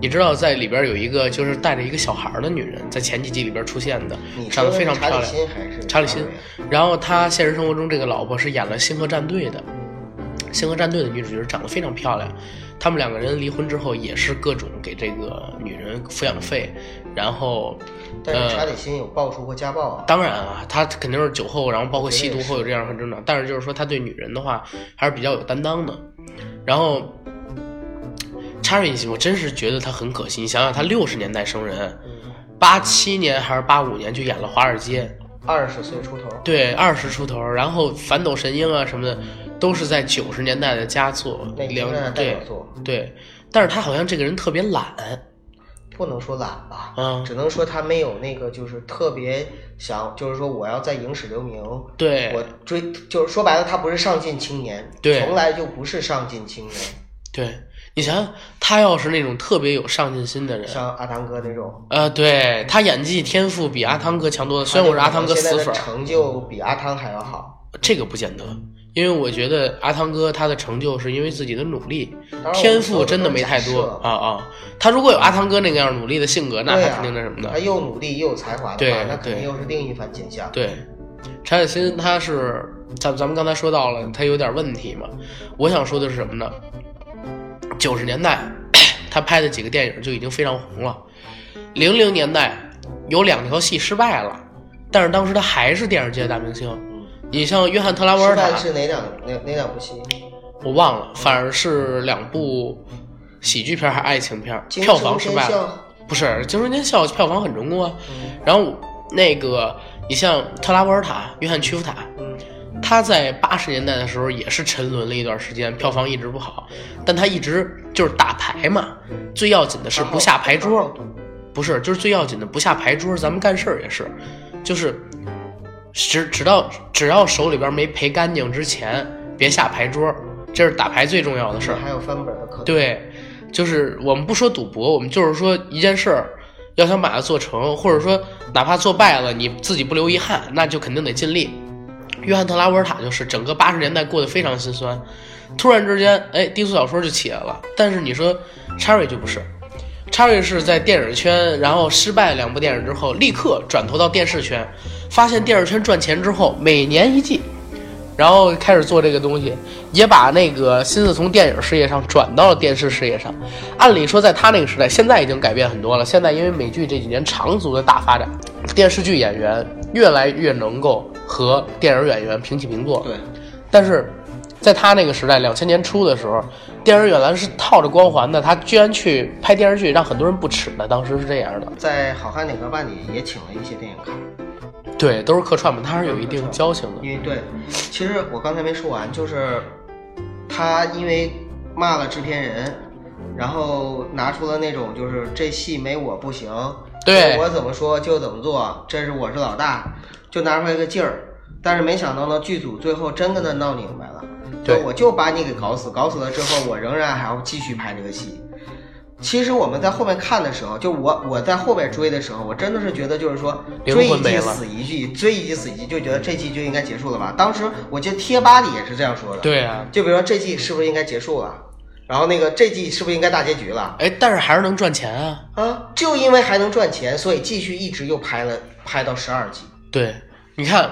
[SPEAKER 2] 你知道，在里边有一个就是带着一个小孩儿的女人，在前几集里边出现的
[SPEAKER 3] 你，说
[SPEAKER 2] 长得
[SPEAKER 3] 的
[SPEAKER 2] 非常
[SPEAKER 3] 是查
[SPEAKER 2] 漂
[SPEAKER 3] 理
[SPEAKER 2] 亮。
[SPEAKER 3] 辛还是
[SPEAKER 2] 查理辛，
[SPEAKER 3] 嗯
[SPEAKER 2] 然后他现实生活中这个老婆是演了《星河战队》的，《星河战队》的女主角长得非常漂亮。他们两个人离婚之后，也是各种给这个女人抚养费，然后，
[SPEAKER 3] 但是查
[SPEAKER 2] 呃，
[SPEAKER 3] 理辛有爆出过家暴啊。
[SPEAKER 2] 当然啊，他肯定是酒后，然后包括吸毒
[SPEAKER 3] 我觉得也是
[SPEAKER 2] 后有这样很正常。但是就是说，他对女人的话还是比较有担当的。然后查理，我真是觉得他很可惜。你想想，他六十年代生人，
[SPEAKER 3] 嗯
[SPEAKER 2] 八七年还是八五年就演了《华尔街》，
[SPEAKER 3] 二十岁出头，
[SPEAKER 2] 对，二十出头，然后反斗神鹰啊什么的，都是在九十年代的佳作，
[SPEAKER 3] 那个
[SPEAKER 2] 两
[SPEAKER 3] 年代的代
[SPEAKER 2] 对
[SPEAKER 3] 表啊作，
[SPEAKER 2] 对，但是他好像这个人特别懒，
[SPEAKER 3] 不能说懒吧，
[SPEAKER 2] 嗯
[SPEAKER 3] 只能说他没有那个就是特别想，就是说我要在影史留名。
[SPEAKER 2] 对
[SPEAKER 3] 我追就是说白了，他不是上进青年，
[SPEAKER 2] 对
[SPEAKER 3] 从来就不是上进青年，
[SPEAKER 2] 对，你想想，他要是那种特别有上进心的人，
[SPEAKER 3] 像阿汤哥那种。
[SPEAKER 2] 呃，对他演技天赋比阿汤哥强多了，虽然我是阿汤哥
[SPEAKER 3] 嗯他
[SPEAKER 2] 死
[SPEAKER 3] 现在的
[SPEAKER 2] 粉儿，
[SPEAKER 3] 成就比阿汤还要好，
[SPEAKER 2] 这个不见得。因为我觉得阿汤哥他的成就是因为自己的努力
[SPEAKER 3] 然，
[SPEAKER 2] 天赋真的没太多
[SPEAKER 3] 我们说的都是
[SPEAKER 2] 啊啊！他如果有阿汤哥那个样努力的性嗯格，那
[SPEAKER 3] 对
[SPEAKER 2] 他
[SPEAKER 3] 啊
[SPEAKER 2] 肯定那什么的。
[SPEAKER 3] 他又努力又有才华的话
[SPEAKER 2] 对，
[SPEAKER 3] 那肯定
[SPEAKER 2] 对
[SPEAKER 3] 又是另一番景象。
[SPEAKER 2] 对，查理辛他是咱咱们刚才说到了，他有点问题嘛。我想说的是什么呢？九十年代他拍的几个电影就已经非常红了，零零年代有两条戏失败了，但是当时他还是电视界的大明星。你像约翰特拉沃
[SPEAKER 3] 失
[SPEAKER 2] 尔塔
[SPEAKER 3] 败，是哪两哪哪两部戏？
[SPEAKER 2] 我忘了，反而是两部喜剧片还是爱情片，
[SPEAKER 3] 惊
[SPEAKER 2] 票
[SPEAKER 3] 声
[SPEAKER 2] 房失
[SPEAKER 3] 尖
[SPEAKER 2] 败
[SPEAKER 3] 笑
[SPEAKER 2] 了。不是《惊声尖笑》票房很成功啊。
[SPEAKER 3] 嗯
[SPEAKER 2] 然后那个你像特拉沃尔塔、约翰屈服塔，
[SPEAKER 3] 嗯，
[SPEAKER 2] 他在八十年代的时候也是沉沦了一段时间，票房一直不好，但他一直就是打牌嘛，最要紧的是不下牌桌，不是，就是最要紧的不下牌桌，咱们干事儿也是，就是只只到只要手里边没赔干净之前，别下牌桌，这是打牌最重要的事儿。
[SPEAKER 3] 还有翻本的可能。
[SPEAKER 2] 对，就是我们不说赌博，我们就是说一件事儿，要想把它做成，或者说哪怕做败了，你自己不留遗憾，那就肯定得尽力。约翰·特拉沃尔塔就是整个八十年代过得非常心酸，突然之间，哎，低俗小说就起来了。但是你说 Cherry 就不是，Cherry 是在电影圈，然后失败两部电影之后，立刻转投到电视圈，发现电视圈赚钱之后，每年一季，然后开始做这个东西，也把那个心思从电影事业上转到了电视事业上。按理说，在他那个时代，现在已经改变很多了。现在因为美剧这几年长足的大发展，电视剧演员越来越能够和电影演员平起平坐。
[SPEAKER 3] 对，
[SPEAKER 2] 但是在他那个时代，两千年初的时候，电影演员是套着光环的，他居然去拍电视剧，让很多人不齿的。当时是这样的，
[SPEAKER 3] 在《好汉两个半》里也请了一些电影看，
[SPEAKER 2] 对，都是客串嘛，他是有一定交情的。
[SPEAKER 3] 因为对，其实我刚才没说完，就是他因为骂了制片人，然后拿出了那种就是这戏没我不行，
[SPEAKER 2] 对
[SPEAKER 3] 我怎么说就怎么做，这是我是老大，就拿出来个劲儿。但是没想到呢，剧组最后真跟他闹明白了，
[SPEAKER 2] 对
[SPEAKER 3] 就我就把你给搞死，搞死了之后，我仍然还要继续拍这个戏。其实我们在后面看的时候，就我我在后面追的时候，我真的是觉得就是说
[SPEAKER 2] 灵
[SPEAKER 3] 追一
[SPEAKER 2] 魂没
[SPEAKER 3] 季
[SPEAKER 2] 了
[SPEAKER 3] 死一季，追一季死一季，就觉得这季就应该结束了吧。当时我记得贴吧里也是这样说的，
[SPEAKER 2] 对啊，
[SPEAKER 3] 就比如说这季是不是应该结束了，然后那个这季是不是应该大结局了
[SPEAKER 2] 哎，但是还是能赚钱啊。
[SPEAKER 3] 啊？就因为还能赚钱，所以继续一直又拍了拍到十二季，
[SPEAKER 2] 对，你看，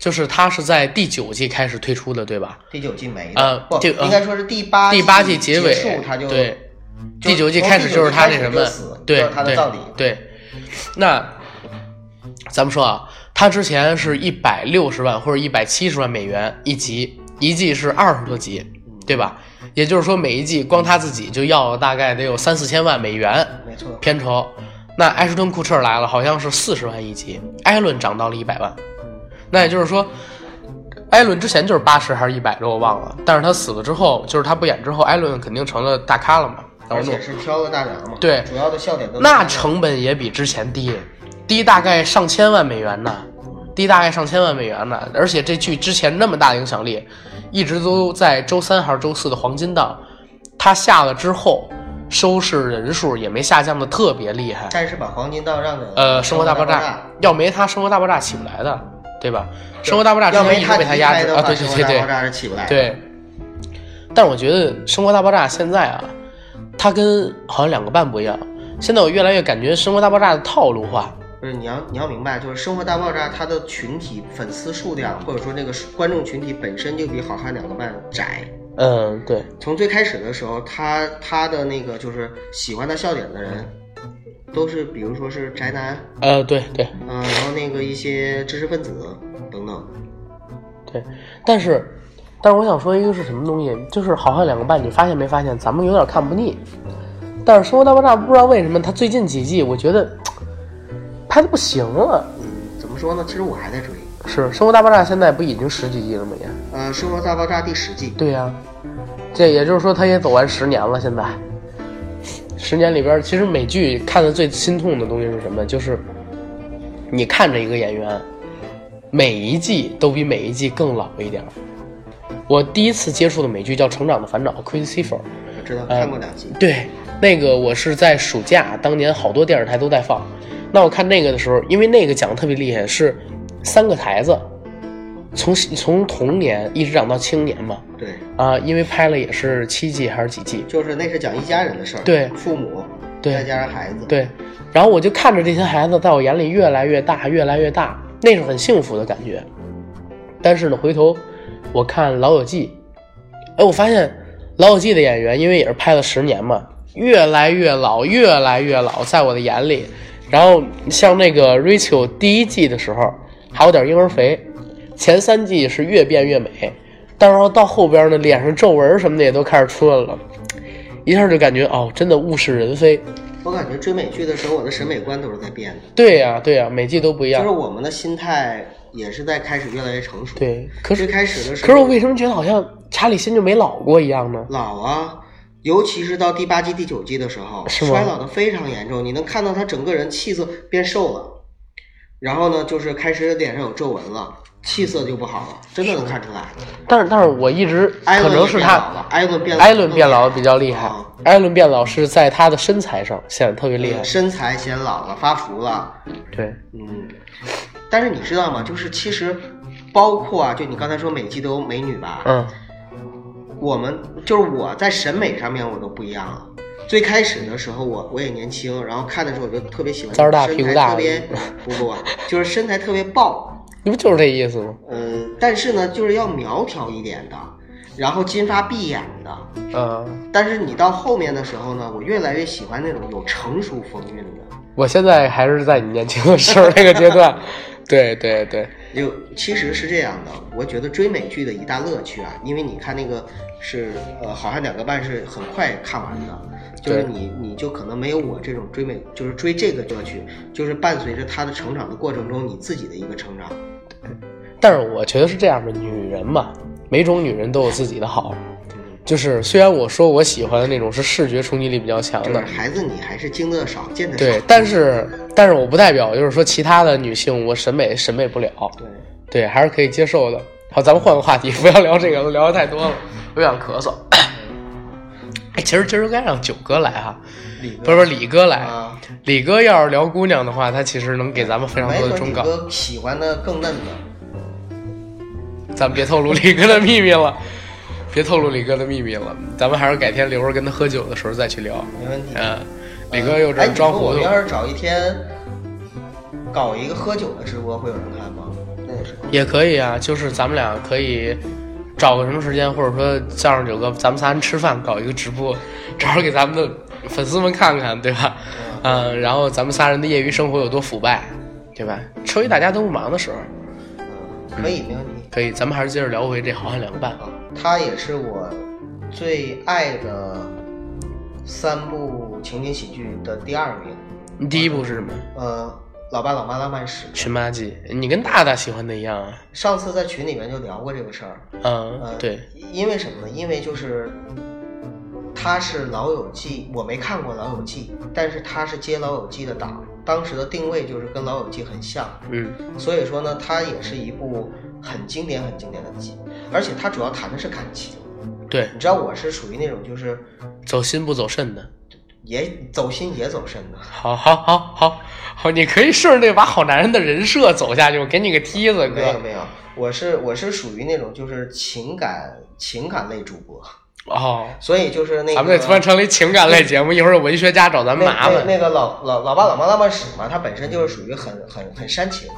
[SPEAKER 2] 就是它是在第九季开始推出的，对吧？
[SPEAKER 3] 第九季没
[SPEAKER 2] 呃
[SPEAKER 3] 了，不
[SPEAKER 2] 这呃
[SPEAKER 3] 应该说是第八
[SPEAKER 2] 第八
[SPEAKER 3] 季
[SPEAKER 2] 季结
[SPEAKER 3] 尾
[SPEAKER 2] 尾
[SPEAKER 3] 束他就
[SPEAKER 2] 对，
[SPEAKER 3] 就
[SPEAKER 2] 第九季
[SPEAKER 3] 从
[SPEAKER 2] 开
[SPEAKER 3] 第
[SPEAKER 2] 始
[SPEAKER 3] 九
[SPEAKER 2] 就是
[SPEAKER 3] 季
[SPEAKER 2] 他
[SPEAKER 3] 开
[SPEAKER 2] 那
[SPEAKER 3] 始
[SPEAKER 2] 什
[SPEAKER 3] 就
[SPEAKER 2] 么
[SPEAKER 3] 死，
[SPEAKER 2] 对
[SPEAKER 3] 就是他的
[SPEAKER 2] 对
[SPEAKER 3] 葬礼
[SPEAKER 2] 对，那咱们说啊，他之前是一百六十万或者一百七十万美元一集，一季是二十多集，
[SPEAKER 3] 嗯
[SPEAKER 2] 对吧？也就是说，每一季光他自己就要了大概得有三四千万美元
[SPEAKER 3] 没错，
[SPEAKER 2] 片酬。那埃什顿·库彻来了，好像是四十万一集，艾伦涨到了一百万。那也就是说，艾伦之前就是八十还是一百多，我忘了。但是他死了之后，就是他不演之后，艾伦肯定成了大咖了嘛，然
[SPEAKER 3] 而
[SPEAKER 2] 后
[SPEAKER 3] 且是挑了大梁嘛，
[SPEAKER 2] 对
[SPEAKER 3] 主要的笑点都
[SPEAKER 2] 那成本也比之前低，低大概上千万美元呢，低大概上千万美元呢。而且这剧之前那么大影响力，一直都在周三还是周四的黄金档，它下了之后，收视人数也没下降的特别厉害。
[SPEAKER 3] 但是把黄金档让给了
[SPEAKER 2] 呃，《生
[SPEAKER 3] 生
[SPEAKER 2] 活大爆
[SPEAKER 3] 爆
[SPEAKER 2] 炸》要没他，《生活大爆炸》起不来的，对吧？《生活大爆炸》之
[SPEAKER 3] 要
[SPEAKER 2] 前
[SPEAKER 3] 没
[SPEAKER 2] 一直被
[SPEAKER 3] 他
[SPEAKER 2] 压制
[SPEAKER 3] 的
[SPEAKER 2] 啊，
[SPEAKER 3] 话，
[SPEAKER 2] 对
[SPEAKER 3] 生
[SPEAKER 2] 对
[SPEAKER 3] 活
[SPEAKER 2] 对
[SPEAKER 3] 大
[SPEAKER 2] 对
[SPEAKER 3] 爆炸是起不来的。
[SPEAKER 2] 对。但我觉得《生活大爆炸》现在啊，它跟好像两个半不一样。现在我越来越感觉《生活大爆炸》的套路化，
[SPEAKER 3] 就是你要你要明白，就是《生活大爆炸》它的群体粉丝数量，或者说这个观众群体本身就比《好汉两个半》窄。
[SPEAKER 2] 嗯，对，
[SPEAKER 3] 从最开始的时候，他他的那个就是喜欢他笑点的人，都是比如说是宅男，
[SPEAKER 2] 呃，对对
[SPEAKER 3] 啊、然后那个一些知识分子等等。
[SPEAKER 2] 对，但是，但是我想说一个是什么东西，就是《好汉两个半》，你发现没发现，咱们有点看不腻。但是《生活大爆炸》不知道为什么，它最近几季我觉得拍的不行了。
[SPEAKER 3] 嗯，怎么说呢？其实我还在追，
[SPEAKER 2] 是《生活大爆炸》现在不已经十几季了吗？也
[SPEAKER 3] 呃，《生活大爆炸》第十季，
[SPEAKER 2] 对呀、这也就是说它也走完十年了。现在十年里边儿，其实美剧看的最心痛的东西是什么？就是你看着一个演员，每一季都比每一季更老一点儿。我第一次接触的美剧叫《成长的烦恼》（Crazy Fever），
[SPEAKER 3] 我知道
[SPEAKER 2] 嗯
[SPEAKER 3] 看过两集。
[SPEAKER 2] 对，那个我是在暑假，当年好多电视台都在放。那我看那个的时候，因为那个讲的特别厉害，是三个台子，从从童年一直讲到青年嘛。
[SPEAKER 3] 对，
[SPEAKER 2] 啊，因为拍了也是七季还是几季？
[SPEAKER 3] 就是那是讲一家人的事儿，
[SPEAKER 2] 对
[SPEAKER 3] 父母，
[SPEAKER 2] 对
[SPEAKER 3] 再加上孩子，，
[SPEAKER 2] 对，然后我就看着这些孩子在我眼里越来越大，越来越大，那是很幸福的感觉。但是呢，回头我看《老友记》，哎，我发现《老友记》的演员，因为也是拍了十年嘛，越来越老，越来越老，在我的眼里。然后像那个 Rachel 第一季的时候，还有点婴儿肥，前三季是越变越美，但是到后边呢，脸上皱纹什么的也都开始出来了，一下就感觉哦，真的物是人非。
[SPEAKER 3] 我感觉追美剧的时候，我的审美观都是在变的，
[SPEAKER 2] 对呀、对呀、每季都不一
[SPEAKER 3] 就
[SPEAKER 2] 样
[SPEAKER 3] 是。我们的心态也是在开始越来越成熟。，
[SPEAKER 2] 对，可是
[SPEAKER 3] 最开始的时
[SPEAKER 2] 可
[SPEAKER 3] 候，
[SPEAKER 2] 是我为什么觉得好像查理辛就没老过一样呢？
[SPEAKER 3] 老啊，尤其是到第八季、第九季的时候，
[SPEAKER 2] 是吗
[SPEAKER 3] 衰老的非常严重，你能看到他整个人气色变瘦了，然后呢，就是开始脸上有皱纹了，气色就不好了，真的能看出来。
[SPEAKER 2] 但是但是我一直
[SPEAKER 3] 艾
[SPEAKER 2] 可
[SPEAKER 3] 伦
[SPEAKER 2] 能
[SPEAKER 3] 也
[SPEAKER 2] 是
[SPEAKER 3] 变
[SPEAKER 2] 他
[SPEAKER 3] 老了，艾伦变老，
[SPEAKER 2] 艾伦变老比较厉害
[SPEAKER 3] 啊，
[SPEAKER 2] 艾伦变老是在他的身材上显得特别厉害。
[SPEAKER 3] 嗯身材显老了，发福了，
[SPEAKER 2] 对，
[SPEAKER 3] 嗯。但是你知道吗？就是其实，包括啊，就你刚才说每季都有美女吧，
[SPEAKER 2] 嗯，
[SPEAKER 3] 我们就是我在审美上面我都不一样了。最开始的时候我我也年轻，然后看的时候我就特别喜欢
[SPEAKER 2] 糟儿大
[SPEAKER 3] 身
[SPEAKER 2] 屁股
[SPEAKER 3] 材
[SPEAKER 2] 大
[SPEAKER 3] 特别 不不，就是身材特别爆，
[SPEAKER 2] 你不就是这意思吗？
[SPEAKER 3] 呃，但是呢就是要苗条一点的，然后金发碧眼的。
[SPEAKER 2] 嗯，
[SPEAKER 3] 但是你到后面的时候呢，我越来越喜欢那种有成熟风韵的。
[SPEAKER 2] 我现在还是在你年轻的时候那个阶段。 对对对，
[SPEAKER 3] 就其实是这样的，我觉得追美剧的一大乐趣啊，因为你看那个是呃，好汉两个半是很快看完的，就是
[SPEAKER 2] 对
[SPEAKER 3] 你你就可能没有我这种追美，就是追这个乐趣，就是伴随着他的成长的过程中你自己的一个成长。
[SPEAKER 2] 但是我觉得是这样的，女人嘛，每种女人都有自己的好。
[SPEAKER 3] 嗯
[SPEAKER 2] 就是虽然我说我喜欢的那种是视觉冲击力比较强
[SPEAKER 3] 就是
[SPEAKER 2] 的，
[SPEAKER 3] 孩子你还是经得少，见得少。
[SPEAKER 2] 对，但是但是我不代表就是说其他的女性我审美审美不了，
[SPEAKER 3] 对
[SPEAKER 2] 对，还是可以接受的。好，咱们换个话题，不 要聊这个了，聊的太多了，有点咳嗽。 哎，其实今儿该让九哥来哈、
[SPEAKER 3] 李哥
[SPEAKER 2] 不是不是李哥来。
[SPEAKER 3] 啊，
[SPEAKER 2] 李哥要是聊姑娘的话，他其实能给咱们非常
[SPEAKER 3] 没
[SPEAKER 2] 多的
[SPEAKER 3] 准
[SPEAKER 2] 忠
[SPEAKER 3] 李
[SPEAKER 2] 告。
[SPEAKER 3] 哥喜欢的更嫩的。
[SPEAKER 2] 咱们别透露李哥的秘密了， 别透露李哥的秘密了。咱们还是改天留着跟他喝酒的时候再去聊。
[SPEAKER 3] 没问题。
[SPEAKER 2] 嗯，李哥又这
[SPEAKER 3] 哎
[SPEAKER 2] 儿
[SPEAKER 3] 你
[SPEAKER 2] 装
[SPEAKER 3] 说
[SPEAKER 2] 糊
[SPEAKER 3] 我
[SPEAKER 2] 涂
[SPEAKER 3] 们。要是找一天搞一个喝酒的直播，会有人看吗？那也是够。
[SPEAKER 2] 也可以啊，就是咱们俩可以找个什么时间，或者说叫上九哥，咱们仨人吃饭搞一个直播，正好给咱们的粉丝们看看，对吧？嗯，然后咱们仨人的业余生活有多腐败，对吧？趁一大家都不忙的时候，
[SPEAKER 3] 嗯，可以，没问题。
[SPEAKER 2] 可以，咱们还是接着聊回这好汉凉拌。
[SPEAKER 3] 啊，它也是我最爱的三部情景喜剧的第二名。
[SPEAKER 2] 第一部是什么？
[SPEAKER 3] 呃，老爸老妈浪漫史。
[SPEAKER 2] 群妈记，你跟大大喜欢的一样啊。
[SPEAKER 3] 上次在群里面就聊过这个事儿。
[SPEAKER 2] 嗯
[SPEAKER 3] 呃，，
[SPEAKER 2] 对，，
[SPEAKER 3] 因为什么呢？因为就是他是《老友记》，我没看过《老友记》，但是他是接《老友记》的档，当时的定位就是跟《老友记》很像，
[SPEAKER 2] 嗯
[SPEAKER 3] 所以说呢，它也是一部很经典、很经典的剧，而且它主要谈的是感情。
[SPEAKER 2] 对，
[SPEAKER 3] 你知道我是属于那种就是
[SPEAKER 2] 走心不走肾的。
[SPEAKER 3] 也走心也走肾的，
[SPEAKER 2] 好好好好好，你可以顺着那把好男人的人设走下去，我给你个梯子，
[SPEAKER 3] 没有
[SPEAKER 2] 哥。
[SPEAKER 3] 没有，我是我是属于那种就是情感情感类主播，
[SPEAKER 2] 哦，
[SPEAKER 3] 所以就是那个
[SPEAKER 2] 咱们这突然成了一情感类节目，一会儿有文学家找咱们
[SPEAKER 3] 那
[SPEAKER 2] 麻
[SPEAKER 3] 那
[SPEAKER 2] 烦。
[SPEAKER 3] 那个老老老爸老妈浪漫史嘛，它本身就是属于很很很煽情，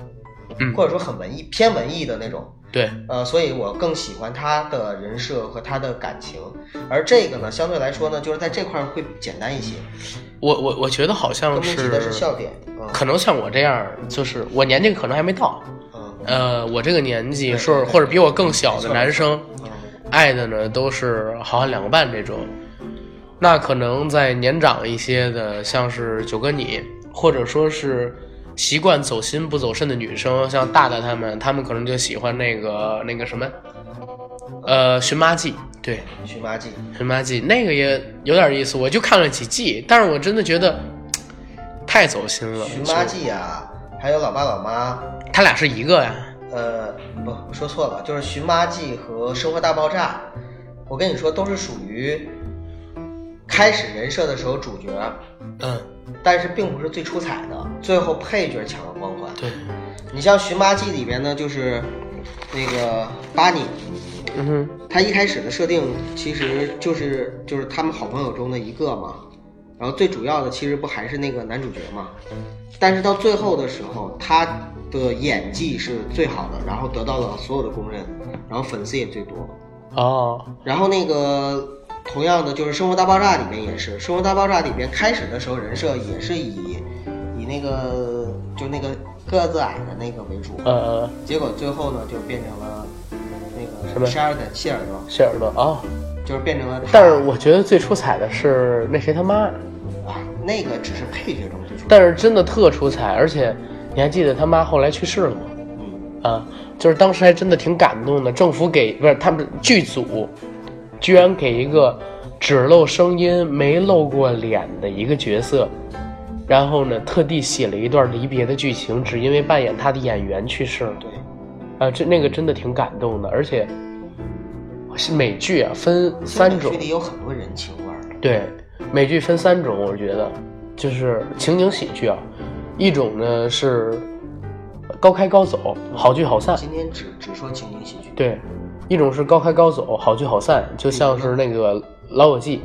[SPEAKER 2] 嗯
[SPEAKER 3] 或者说很文艺偏文艺的那种，
[SPEAKER 2] 对，
[SPEAKER 3] 呃，所以我更喜欢他的人设和他的感情，而这个呢，相对来说呢，就是在这块儿会简单一些，
[SPEAKER 2] 我我我觉得好
[SPEAKER 3] 更
[SPEAKER 2] 像
[SPEAKER 3] 提的是笑点，嗯
[SPEAKER 2] 可能像我这样，就是我年纪可能还没到，
[SPEAKER 3] 嗯
[SPEAKER 2] 呃，我这个年纪
[SPEAKER 3] 对
[SPEAKER 2] 是
[SPEAKER 3] 对
[SPEAKER 2] 或者比我更小的男生，
[SPEAKER 3] 嗯
[SPEAKER 2] 爱的呢都是好汉两个半这种。那可能在年长一些的，像是九哥你，或者说是习惯走心不走肾的女生，像大大他们，他们可能就喜欢那个那个什么，呃，寻妈记，对，
[SPEAKER 3] 寻妈记，
[SPEAKER 2] 《神妈记》那个也有点意思，我就看了几季，但是我真的觉得太走心了。
[SPEAKER 3] 寻妈记啊，还有老爸老妈，
[SPEAKER 2] 就他俩是一个呀？
[SPEAKER 3] 呃，不说错了，就是寻妈记和生活大爆炸，我跟你说都是属于开始人设的时候主角。
[SPEAKER 2] 嗯，
[SPEAKER 3] 但是并不是最出彩的，最后配角抢了光环。
[SPEAKER 2] 对，
[SPEAKER 3] 你像《寻妈记》里边呢，就是那个巴尼，
[SPEAKER 2] 嗯哼，
[SPEAKER 3] 他一开始的设定其实就是就是他们好朋友中的一个嘛，然后最主要的其实不还是那个男主角嘛，但是到最后的时候，他的演技是最好的，然后得到了所有的公认，然后粉丝也最多。
[SPEAKER 2] 哦，
[SPEAKER 3] 然后那个同样的就是《生活大爆炸》里面也是，《生活大爆炸》里面开始的时候人设也是以以那个就那个个子矮的那个为主，
[SPEAKER 2] 呃，
[SPEAKER 3] 结果最后呢就变成了嗯那
[SPEAKER 2] 什么
[SPEAKER 3] 个沙尔的谢耳朵，
[SPEAKER 2] 谢耳朵啊！
[SPEAKER 3] 就是变成了他。
[SPEAKER 2] 但是我觉得最出彩的是那谁他妈，
[SPEAKER 3] 啊，那个只是配角中最出，
[SPEAKER 2] 但是真的特出彩，而且你还记得他妈后来去世了吗？
[SPEAKER 3] 嗯，
[SPEAKER 2] 啊，就是当时还真的挺感动的。政府给不是他们剧组，居然给一个只露声音没露过脸的一个角色，然后呢，特地写了一段离别的剧情，只因为扮演他的演员去世了。
[SPEAKER 3] 对，
[SPEAKER 2] 啊，这那个真的挺感动的，而且是美剧啊，分三种
[SPEAKER 3] 剧，里有很多人情味儿，
[SPEAKER 2] 对，美剧分三种，我觉得就是情景喜剧啊，一种呢是高开高走，好聚好散。
[SPEAKER 3] 今天只只说情景喜剧，
[SPEAKER 2] 对，一种是高开高走，好聚好散，就像
[SPEAKER 3] 嗯
[SPEAKER 2] 是那个《老友记》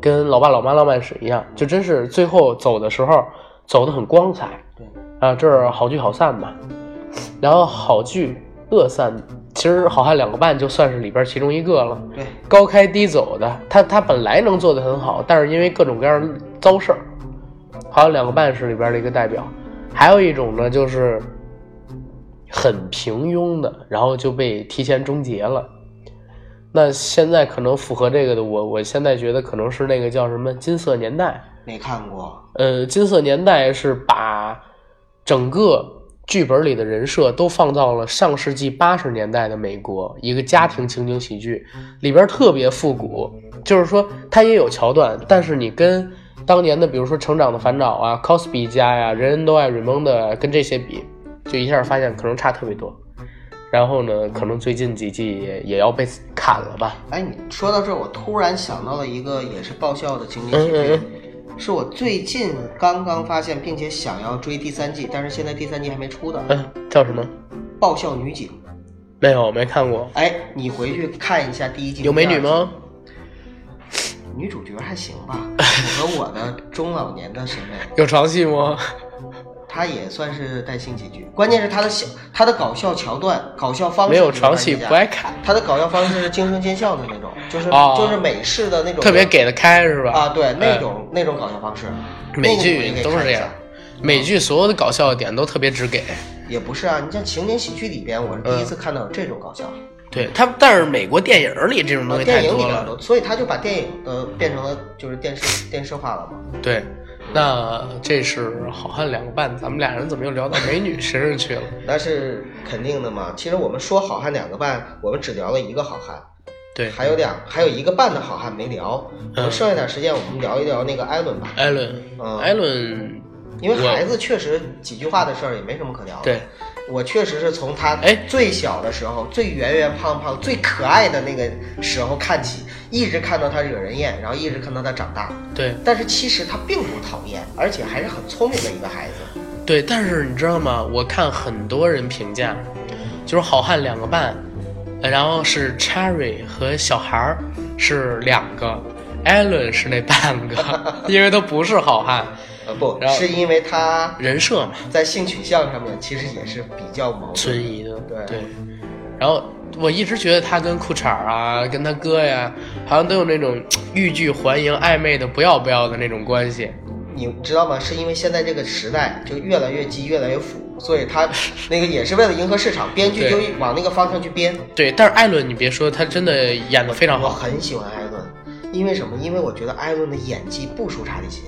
[SPEAKER 2] 跟《老爸老妈浪漫史》一样，就真是最后走的时候走的很光彩
[SPEAKER 3] 对，
[SPEAKER 2] 啊，这儿好聚好散嘛。然后好聚恶散，其实好汉两个半就算是里边其中一个了。
[SPEAKER 3] 对，
[SPEAKER 2] 高开低走的，他他本来能做得很好，但是因为各种各样的糟事儿，还有两个半是里边的一个代表，还有一种呢就是很平庸的，然后就被提前终结了。那现在可能符合这个的，我我现在觉得可能是那个叫什么《金色年代》，
[SPEAKER 3] 没看过，
[SPEAKER 2] 呃，《金色年代》是把整个剧本里的人设都放到了上世纪八十年代的美国，一个家庭情景喜剧，里边特别复古，就是说它也有桥段，但是你跟当年的比如说《成长的烦恼》啊、Cosby 家呀、人人都爱 Raymond 跟这些比，就一下发现可能差特别多。然后呢，可能最近几季也也要被砍了吧？
[SPEAKER 3] 哎，你说到这儿，我突然想到了一个也是爆笑的情景
[SPEAKER 2] 嗯
[SPEAKER 3] 喜剧，
[SPEAKER 2] 嗯
[SPEAKER 3] 是我最近刚刚发现，并且想要追第三季，但是现在第三季还没出的
[SPEAKER 2] 嗯，嗯，叫什么？
[SPEAKER 3] 《爆笑女警》。
[SPEAKER 2] 没有，没看过。
[SPEAKER 3] 哎，你回去看一下第一季。
[SPEAKER 2] 有美女？吗？
[SPEAKER 3] 女主角还行吧，符合我的中老年的审美。
[SPEAKER 2] 有床戏吗？
[SPEAKER 3] 她也算是带性喜剧，关键是她的小，她的搞笑桥段、搞笑方式
[SPEAKER 2] 没有
[SPEAKER 3] 你
[SPEAKER 2] 床
[SPEAKER 3] 发现
[SPEAKER 2] 戏
[SPEAKER 3] 一下
[SPEAKER 2] 不爱看，
[SPEAKER 3] 她的搞笑方式是惊声尖笑的那种，就是、
[SPEAKER 2] 哦
[SPEAKER 3] 就是美式的那种，
[SPEAKER 2] 特别给得开是吧？
[SPEAKER 3] 啊，对那
[SPEAKER 2] 嗯
[SPEAKER 3] 种、那种搞笑方式。
[SPEAKER 2] 美
[SPEAKER 3] 那个你
[SPEAKER 2] 剧
[SPEAKER 3] 可以
[SPEAKER 2] 都是
[SPEAKER 3] 看
[SPEAKER 2] 这
[SPEAKER 3] 一
[SPEAKER 2] 样
[SPEAKER 3] 下，
[SPEAKER 2] 美剧所有的搞笑点都特别直给。
[SPEAKER 3] 也不是啊，你像情景喜剧里边，我是第一
[SPEAKER 2] 嗯
[SPEAKER 3] 次看到有这种搞笑。
[SPEAKER 2] 对他，
[SPEAKER 3] 嗯
[SPEAKER 2] 但是美国电影里这种东西
[SPEAKER 3] 电
[SPEAKER 2] 太
[SPEAKER 3] 影里
[SPEAKER 2] 多
[SPEAKER 3] 边
[SPEAKER 2] 了。
[SPEAKER 3] 都，所以他就把电影的变成了就是电视电视化了嘛。
[SPEAKER 2] 对，那这是好汉两个半，咱们俩人怎么又聊到美女身上去了？
[SPEAKER 3] 那是肯定的嘛。其实我们说好汉两个半，我们只聊了一个好汉，
[SPEAKER 2] 对，
[SPEAKER 3] 还有两还有一个半的好汉没聊。
[SPEAKER 2] 嗯
[SPEAKER 3] 我们剩下点时间，我们聊一聊那个艾伦吧，
[SPEAKER 2] 艾伦，
[SPEAKER 3] 嗯
[SPEAKER 2] 艾伦，
[SPEAKER 3] 因为
[SPEAKER 2] 我
[SPEAKER 3] 孩子确实几句话的事儿也没什么可聊的。
[SPEAKER 2] 对，
[SPEAKER 3] 我确实是从他
[SPEAKER 2] 哎
[SPEAKER 3] 最小的时候，最圆圆胖胖、最可爱的那个时候看起，一直看到他惹人厌，然后一直看到他长大。
[SPEAKER 2] 对
[SPEAKER 3] 但是其实他并不讨厌，而且还是很聪明的一个孩子。
[SPEAKER 2] 对，但是你知道吗？我看很多人评价，就是《好汉两个半》，然后是 Cherry 和小孩儿是两个，艾伦是那半 个，因为他不是好汉，
[SPEAKER 3] 呃，不
[SPEAKER 2] 然后嗯
[SPEAKER 3] 是因为他
[SPEAKER 2] 人设嘛。
[SPEAKER 3] 在性取向上面其实也是比较矛
[SPEAKER 2] 存
[SPEAKER 3] 盾。
[SPEAKER 2] 疑的，
[SPEAKER 3] 对
[SPEAKER 2] 然后我一直觉得他跟裤衩儿啊，跟他哥呀，好像都有那种嘖欲拒还迎、暧昧的不要不要的那种关系。
[SPEAKER 3] 你知道吗？是因为现在这个时代就越来越激，越来越腐，所以 他那个也是为了迎合市场，编剧就
[SPEAKER 2] 对
[SPEAKER 3] 往那个方向去编。
[SPEAKER 2] 对，但是艾伦，你别说，他真的演的非常
[SPEAKER 3] 我
[SPEAKER 2] 好。
[SPEAKER 3] 很喜欢艾伦，因为什么？因为我觉得艾伦的演技不输查理辛。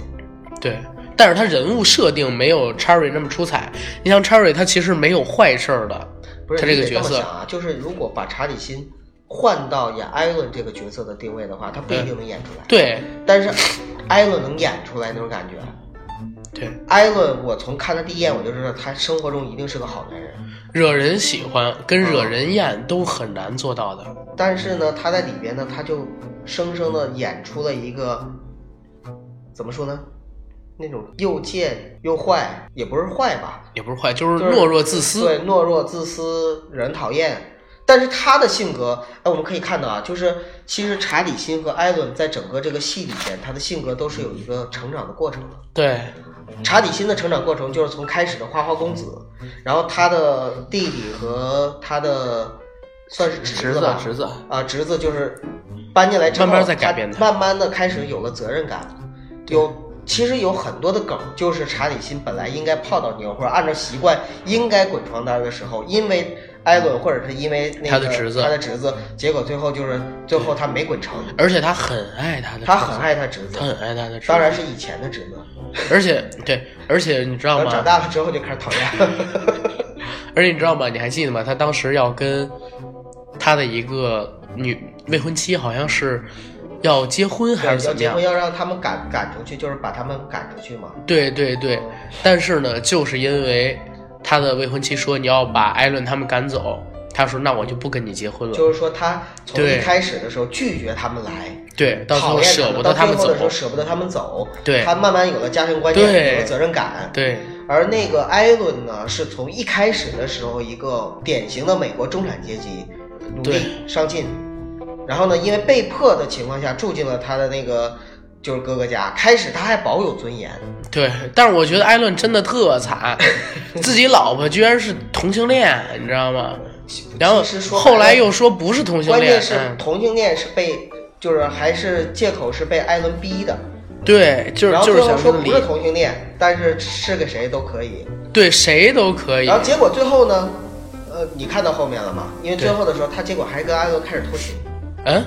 [SPEAKER 2] 对，但是他人物设定没有 Cherry 那么出彩。你像 Cherry，他其实没有坏事儿的，
[SPEAKER 3] 不是
[SPEAKER 2] 他这
[SPEAKER 3] 你
[SPEAKER 2] 个
[SPEAKER 3] 得
[SPEAKER 2] 角
[SPEAKER 3] 么
[SPEAKER 2] 色
[SPEAKER 3] 想啊，就是如果把查理辛换到演艾伦这个角色的定位的话，他不一定能演出来。
[SPEAKER 2] 嗯对
[SPEAKER 3] 但是艾伦能演出来那种感觉。
[SPEAKER 2] 对，
[SPEAKER 3] 艾伦，我从看他第一眼我就知道他生活中一定是个好男人，
[SPEAKER 2] 惹人喜欢跟
[SPEAKER 3] 嗯
[SPEAKER 2] 惹人厌都很难做到的。
[SPEAKER 3] 但是呢，他在里边呢，他就生生的演出了一个怎么说呢，那种又贱又坏，也不是坏吧，
[SPEAKER 2] 也不是坏，就是
[SPEAKER 3] 就是
[SPEAKER 2] 懦弱自私。
[SPEAKER 3] 对，懦弱、自私、惹人讨厌。但是他的性格，哎，我们可以看到啊，就是其实查理辛和艾伦在整个这个戏里边，他的性格都是有一个成长的过程的。
[SPEAKER 2] 对，
[SPEAKER 3] 查理辛的成长过程就是从开始的花花公子，然后他的弟弟和他的算是侄子吧，
[SPEAKER 2] 子，
[SPEAKER 3] 啊，侄子就是搬进来之后，
[SPEAKER 2] 慢慢在改变他
[SPEAKER 3] 他慢慢的开始有了责任感，有其实有很多的梗，就是查理辛本来应该泡到妞，或者按照习惯应该滚床单的时候，因为艾伦或者是因为那个
[SPEAKER 2] 他的侄子
[SPEAKER 3] 他的侄子，结果最后就是最后他没滚成，
[SPEAKER 2] 而且他很爱他的，
[SPEAKER 3] 他很，爱他侄子
[SPEAKER 2] 他，很爱他的侄子。
[SPEAKER 3] 当然是以前的侄子，
[SPEAKER 2] 而且对，而且你知道
[SPEAKER 3] 然后长
[SPEAKER 2] 吗？
[SPEAKER 3] 大了之后就开始讨厌。
[SPEAKER 2] 而且你知道吗？你还记得吗？他当时要跟他的一个女未婚妻，好像是要结婚 还
[SPEAKER 3] 对，
[SPEAKER 2] 是
[SPEAKER 3] 要
[SPEAKER 2] 怎么
[SPEAKER 3] 结
[SPEAKER 2] 样
[SPEAKER 3] 婚？要让他们赶赶出去，就是把他们赶出去嘛。
[SPEAKER 2] 对对对，但是呢，就是因为他的未婚妻说你要把艾伦他们赶走，他说那我就不跟你结婚了。
[SPEAKER 3] 就是说，他从一
[SPEAKER 2] 对
[SPEAKER 3] 开始的时候拒绝他们来，
[SPEAKER 2] 对，到最
[SPEAKER 3] 讨
[SPEAKER 2] 后
[SPEAKER 3] 厌
[SPEAKER 2] 舍不
[SPEAKER 3] 到
[SPEAKER 2] 得他们
[SPEAKER 3] 最
[SPEAKER 2] 走
[SPEAKER 3] 后的时。候舍不得他们走。
[SPEAKER 2] 对
[SPEAKER 3] 他慢慢有了家庭观念，
[SPEAKER 2] 对
[SPEAKER 3] 有了责任感。
[SPEAKER 2] 对
[SPEAKER 3] 而那个艾伦呢，是从一开始的时候一个典型的美国中产阶级，努力
[SPEAKER 2] 对
[SPEAKER 3] 上进，然后呢，因为被迫的情况下住进了他的那个就是哥哥家。开始他还保有尊严，
[SPEAKER 2] 对，但是我觉得艾伦真的特惨，自己老婆居然是同性恋，你知道吗？然后
[SPEAKER 3] 其实说白了
[SPEAKER 2] 后来又说不是同性
[SPEAKER 3] 关
[SPEAKER 2] 恋
[SPEAKER 3] 键，是
[SPEAKER 2] 嗯，
[SPEAKER 3] 同性恋是被就是还是借口是被艾伦逼的。
[SPEAKER 2] 对，就是
[SPEAKER 3] 然后
[SPEAKER 2] 就
[SPEAKER 3] 最
[SPEAKER 2] 是
[SPEAKER 3] 后
[SPEAKER 2] 想
[SPEAKER 3] 说
[SPEAKER 2] 跟他
[SPEAKER 3] 不
[SPEAKER 2] 离
[SPEAKER 3] 是，同性恋，但是是给谁都可以。
[SPEAKER 2] 对，谁都可以
[SPEAKER 3] 然，后结果最后呢，呃，你看到后面了吗？因为最
[SPEAKER 2] 对
[SPEAKER 3] 后的时候，他结果还跟艾伦开始偷情，
[SPEAKER 2] 嗯，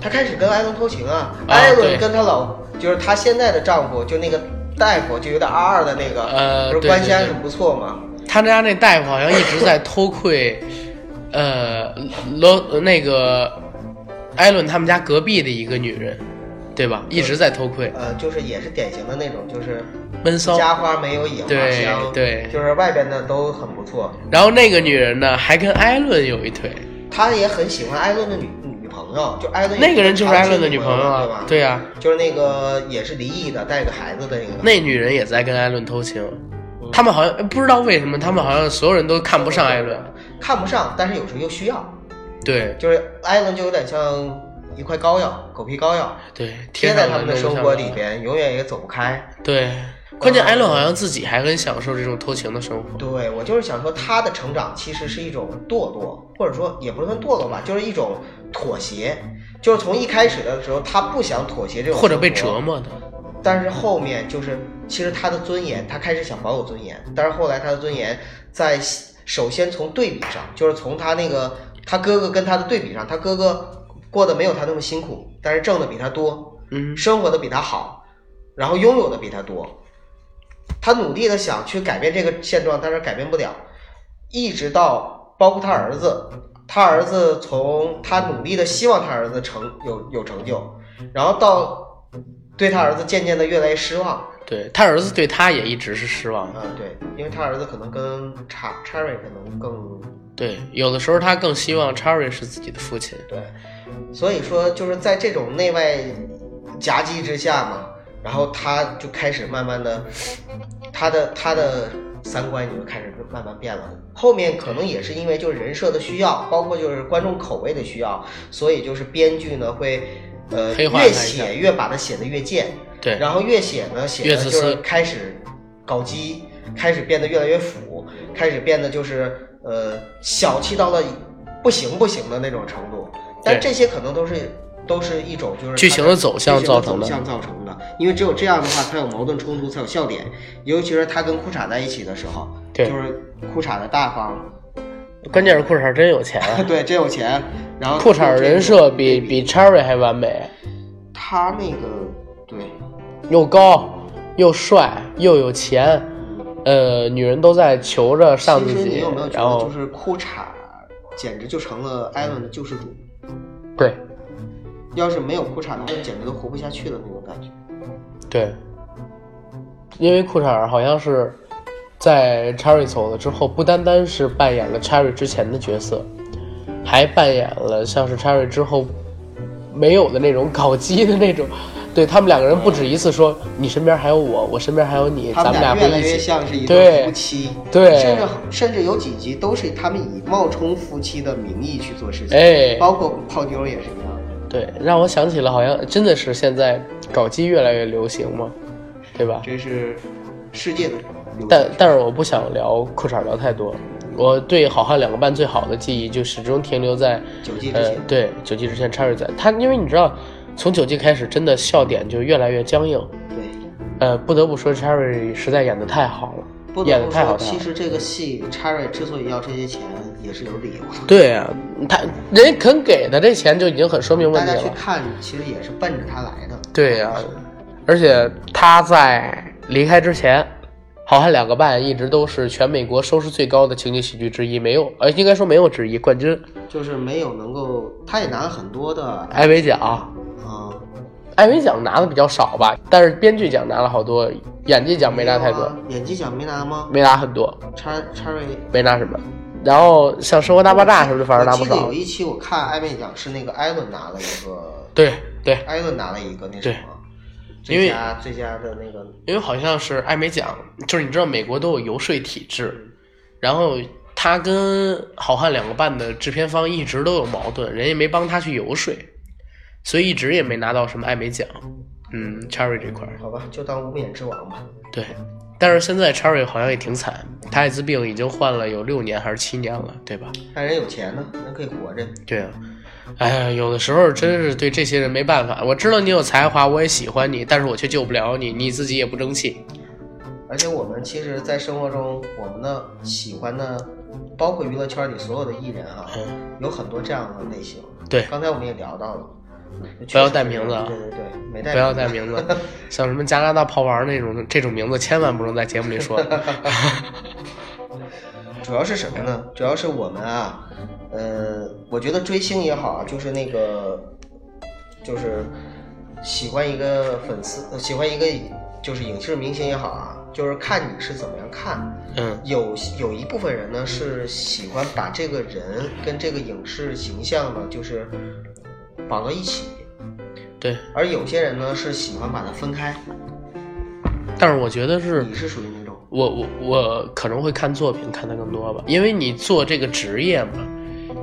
[SPEAKER 3] 他开始跟艾伦偷情啊。
[SPEAKER 2] 啊
[SPEAKER 3] 艾伦
[SPEAKER 2] 对
[SPEAKER 3] 跟她老就是她现在的丈夫，就那个大夫，就有点二二的那个，
[SPEAKER 2] 呃
[SPEAKER 3] 不是
[SPEAKER 2] 对
[SPEAKER 3] 关系
[SPEAKER 2] 对
[SPEAKER 3] 还
[SPEAKER 2] 对
[SPEAKER 3] 是不错嘛。
[SPEAKER 2] 他家那大夫好像一直在偷窥，呃，罗那个艾伦他们家隔壁的一个女人，对吧？一直在偷窥，
[SPEAKER 3] 呃，就是也是典型的那种，就是
[SPEAKER 2] 闷骚。
[SPEAKER 3] 家花没有野花
[SPEAKER 2] 对
[SPEAKER 3] 香，
[SPEAKER 2] 对
[SPEAKER 3] 就是外边的都很不错。
[SPEAKER 2] 然后那个女人呢，还跟艾伦有一腿，
[SPEAKER 3] 他也很喜欢艾伦的女女朋友，就艾伦
[SPEAKER 2] 那个人就是艾伦的
[SPEAKER 3] 女
[SPEAKER 2] 女朋友
[SPEAKER 3] 嘛，对
[SPEAKER 2] 啊
[SPEAKER 3] 吧？，
[SPEAKER 2] 对呀、啊，
[SPEAKER 3] 就是那个也是离异的，带个孩子的那个。
[SPEAKER 2] 那女人也在跟艾伦偷情，
[SPEAKER 3] 嗯
[SPEAKER 2] 他们好像不知道为什么，他们好像所有人都看不上艾伦，
[SPEAKER 3] 看不上，但是有时候又需要，
[SPEAKER 2] 对
[SPEAKER 3] 就是艾伦就有点像一块膏药，狗皮膏药，
[SPEAKER 2] 对，
[SPEAKER 3] 贴
[SPEAKER 2] 贴
[SPEAKER 3] 在
[SPEAKER 2] 上
[SPEAKER 3] 他
[SPEAKER 2] 了
[SPEAKER 3] 们的
[SPEAKER 2] 弄不
[SPEAKER 3] 生
[SPEAKER 2] 上
[SPEAKER 3] 活
[SPEAKER 2] 了
[SPEAKER 3] 里边，永远也走不开。
[SPEAKER 2] 对，关键艾伦好像自己还很享受这种偷情的生活。
[SPEAKER 3] 对我就是想说，他的成长其实是一种堕落，或者说也不是算堕落吧，就是一种妥协。就是从一开始的时候，他不想妥协这种，
[SPEAKER 2] 或者被折，磨的，
[SPEAKER 3] 但是后面就是，其实他的尊严，他开始想保有尊严，但是后来他的尊严在首先从对比上，就是从他那个他哥哥跟他的对比上，他哥哥过得没有他那么辛苦，但是挣的比他多，
[SPEAKER 2] 嗯，
[SPEAKER 3] 生活的比他好，然后拥有的比他多，他努力的想去改变这个现状，但是改变不了，一直到包括他儿子，他儿子从他努力的希望他儿子成有有成就，然后到对他儿子渐渐的越来越失望，
[SPEAKER 2] 对他儿子对他也一直是失望的。
[SPEAKER 3] 啊，对，因为他儿子可能跟查查瑞可能更
[SPEAKER 2] 对，有的时候他更希望 Cherry 是自己的父亲。
[SPEAKER 3] 对，所以说就是在这种内外夹击之下嘛，然后他就开始慢慢的，他的他的三观也就开始慢慢变了。后面可能也是因为就是人设的需要，包括就是观众口味的需要，所以就是编剧呢会呃
[SPEAKER 2] 黑化
[SPEAKER 3] 越
[SPEAKER 2] 他一下
[SPEAKER 3] 写越把它写的越贱，
[SPEAKER 2] 对，
[SPEAKER 3] 然后越写呢，写
[SPEAKER 2] 越
[SPEAKER 3] 的
[SPEAKER 2] 自
[SPEAKER 3] 就是
[SPEAKER 2] 私
[SPEAKER 3] 开始搞基，开始变得越来越腐，开始变得就是呃小气到了不行不行的那种程度。但
[SPEAKER 2] 对
[SPEAKER 3] 这些可能都是都是一种就是
[SPEAKER 2] 剧情的走向造
[SPEAKER 3] 成
[SPEAKER 2] 成的
[SPEAKER 3] 的，剧情的走向造成的。因为只有这样的话，才有矛盾冲突，才有笑点。尤其是他跟裤衩在一起的时候，
[SPEAKER 2] 对
[SPEAKER 3] 就是裤衩的大方，，
[SPEAKER 2] 关键是裤衩真有钱啊
[SPEAKER 3] 对，真有钱。然后
[SPEAKER 2] 裤衩人设比
[SPEAKER 3] 对
[SPEAKER 2] 比 Cherry 还完美，
[SPEAKER 3] 他那个对，
[SPEAKER 2] 又高又帅又有钱，呃，女人都在求着上自
[SPEAKER 3] 其实你
[SPEAKER 2] 己
[SPEAKER 3] 有没有，觉
[SPEAKER 2] 然
[SPEAKER 3] 得
[SPEAKER 2] 后
[SPEAKER 3] 就是裤衩简直就成了艾伦的救世主？
[SPEAKER 2] 对
[SPEAKER 3] 要是没有裤衩，他们简直都活不下去的那种感觉。
[SPEAKER 2] 对，因为裤衩好像是在 Cherry 走了之后，不单单是扮演了 Cherry 之前的角色，还扮演了像是 Cherry 之后没有的那种搞基的那种。对他们两个人不止一次说，你身边还有我，我身边还有你，
[SPEAKER 3] 他
[SPEAKER 2] 咱们
[SPEAKER 3] 们
[SPEAKER 2] 俩
[SPEAKER 3] 越
[SPEAKER 2] 会
[SPEAKER 3] 来
[SPEAKER 2] 一
[SPEAKER 3] 越
[SPEAKER 2] 起。
[SPEAKER 3] 像是一
[SPEAKER 2] 对
[SPEAKER 3] 对夫妻，
[SPEAKER 2] 对
[SPEAKER 3] 甚至甚至有几集都是他们以冒充夫妻的名义去做事情，
[SPEAKER 2] 哎
[SPEAKER 3] 包括泡妞也是一样的。
[SPEAKER 2] 对，让我想起了，好像真的是现在搞基越来越流行嘛，对吧？
[SPEAKER 3] 这是世界的流
[SPEAKER 2] 但
[SPEAKER 3] 行
[SPEAKER 2] 但是我不想聊裤衩聊太多，我对《好汉两个半》最好的记忆就始终停留在
[SPEAKER 3] 九季之
[SPEAKER 2] 呃
[SPEAKER 3] 前，
[SPEAKER 2] 对九季之前插着仔，他因为你知道，从九季开始，真的笑点就越来越僵硬。
[SPEAKER 3] 对，
[SPEAKER 2] 呃，不得不说，Cherry 实在演的太好了，
[SPEAKER 3] 不
[SPEAKER 2] 演
[SPEAKER 3] 得
[SPEAKER 2] 的
[SPEAKER 3] 不
[SPEAKER 2] 太好
[SPEAKER 3] 说，
[SPEAKER 2] 太好
[SPEAKER 3] 其
[SPEAKER 2] 了。
[SPEAKER 3] 实这个戏 Cherry 之所以要这些钱也是有理由的。
[SPEAKER 2] 对啊，他人家肯给他这钱就已经很说明问
[SPEAKER 3] 大
[SPEAKER 2] 题
[SPEAKER 3] 家去
[SPEAKER 2] 了。
[SPEAKER 3] 看，其实也是奔着他来的。
[SPEAKER 2] 啊对呀、而且他在离开之前，《好汉两个半》一直都是全美国收视最高的情景喜剧之一，没有，呃，应该说没有之一，冠军
[SPEAKER 3] 就是没有能够，他也拿了很多的，
[SPEAKER 2] 艾啊美奖。
[SPEAKER 3] 嗯，
[SPEAKER 2] 艾美奖拿的比较少吧，但是编剧奖拿了好多，演技奖没拿太多。
[SPEAKER 3] 啊，演技奖没拿吗？
[SPEAKER 2] 没拿很多，
[SPEAKER 3] 查查瑞
[SPEAKER 2] 没拿什么。然后像《生活大爆炸》什么的，反而拿不
[SPEAKER 3] 我记得
[SPEAKER 2] 少
[SPEAKER 3] 有。一期我看艾美奖是那个艾伦拿了一个，
[SPEAKER 2] 对对，
[SPEAKER 3] 艾伦拿了一个那什
[SPEAKER 2] 对
[SPEAKER 3] 么，
[SPEAKER 2] 因
[SPEAKER 3] 最
[SPEAKER 2] 为
[SPEAKER 3] 佳最佳的那个，
[SPEAKER 2] 因为好像是艾美奖，就是你知道美国都有游说体制，然后他跟《好汉两个半》的制片方一直都有矛盾，人家没帮他去游说，所以一直也没拿到什么艾美奖。嗯，Cherry 这块儿
[SPEAKER 3] 好吧，就当无冕之王吧。
[SPEAKER 2] 对，但是现在 Cherry 好像也挺惨，他艾滋病已经患了有六年还是七年了，对吧？
[SPEAKER 3] 但人有钱呢，人可以活着。
[SPEAKER 2] 对啊，哎呀，有的时候真是对这些人没办法。我知道你有才华，我也喜欢你，但是我却救不了你，你自己也不争气。
[SPEAKER 3] 而且我们其实，在生活中，我们的喜欢的，包括娱乐圈里所有的艺人啊，
[SPEAKER 2] 嗯
[SPEAKER 3] 有很多这样的类型。
[SPEAKER 2] 对
[SPEAKER 3] 刚才我们也聊到了，
[SPEAKER 2] 不要带名字啊
[SPEAKER 3] 对对对，没带，
[SPEAKER 2] 不要带名字像什么加拿大泡玩那种这种名字，千万不能在节目里说。
[SPEAKER 3] 主要是什么呢？主要是我们啊，呃，我觉得追星也好啊，就是那个，就是喜欢一个粉丝，呃喜欢一个就是影视明星也好啊，就是看你是怎么样看。
[SPEAKER 2] 嗯
[SPEAKER 3] 有有一部分人呢是喜欢把这个人跟这个影视形象呢，就是绑到一起，
[SPEAKER 2] 对，
[SPEAKER 3] 而有些人呢是喜欢把它分开。
[SPEAKER 2] 但是我觉得是
[SPEAKER 3] 你是属于哪种？
[SPEAKER 2] 我我我可能会看作品看的更多吧，因为你做这个职业嘛，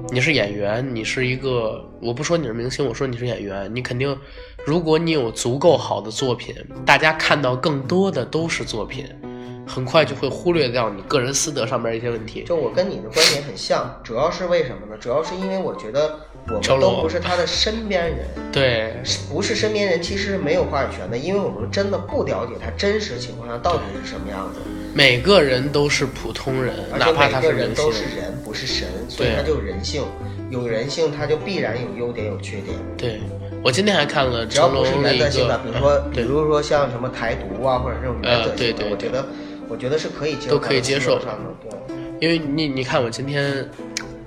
[SPEAKER 2] 你是演员，你是一个，我不说你是明星，我说你是演员，你肯定，如果你有足够好的作品，大家看到更多的都是作品，很快就会忽略掉你个人私德上面一些问题。
[SPEAKER 3] 就我跟你的观点很像，主要是为什么呢？主要是因为我觉得我
[SPEAKER 2] 成
[SPEAKER 3] 们
[SPEAKER 2] 龙
[SPEAKER 3] 都不是他的身边人，
[SPEAKER 2] 对，
[SPEAKER 3] 是不是身边人其实是没有话语权的，因为我们真的不了解他真实情况下到底是什么样子，
[SPEAKER 2] 每个人都是普通人，
[SPEAKER 3] 而
[SPEAKER 2] 哪
[SPEAKER 3] 且
[SPEAKER 2] 怕他
[SPEAKER 3] 每个
[SPEAKER 2] 是
[SPEAKER 3] 人
[SPEAKER 2] 明
[SPEAKER 3] 都
[SPEAKER 2] 星。
[SPEAKER 3] 是人，不是神，所以
[SPEAKER 2] 对啊
[SPEAKER 3] 他就有人性，有人性他就必然有优点有缺点，
[SPEAKER 2] 对，我今天还看了
[SPEAKER 3] 只要
[SPEAKER 2] 成
[SPEAKER 3] 不
[SPEAKER 2] 龙
[SPEAKER 3] 是
[SPEAKER 2] 的
[SPEAKER 3] 原
[SPEAKER 2] 一
[SPEAKER 3] 则性的，
[SPEAKER 2] 个
[SPEAKER 3] 比，如说
[SPEAKER 2] 嗯
[SPEAKER 3] 比
[SPEAKER 2] 对
[SPEAKER 3] 如说像什么台独啊或者这种原则
[SPEAKER 2] 呃
[SPEAKER 3] 性
[SPEAKER 2] 对
[SPEAKER 3] 的，
[SPEAKER 2] 对
[SPEAKER 3] 我
[SPEAKER 2] 对
[SPEAKER 3] 觉得我觉得是可以接受，
[SPEAKER 2] 都可以接受
[SPEAKER 3] 上的，对。
[SPEAKER 2] 因为你你看，我今天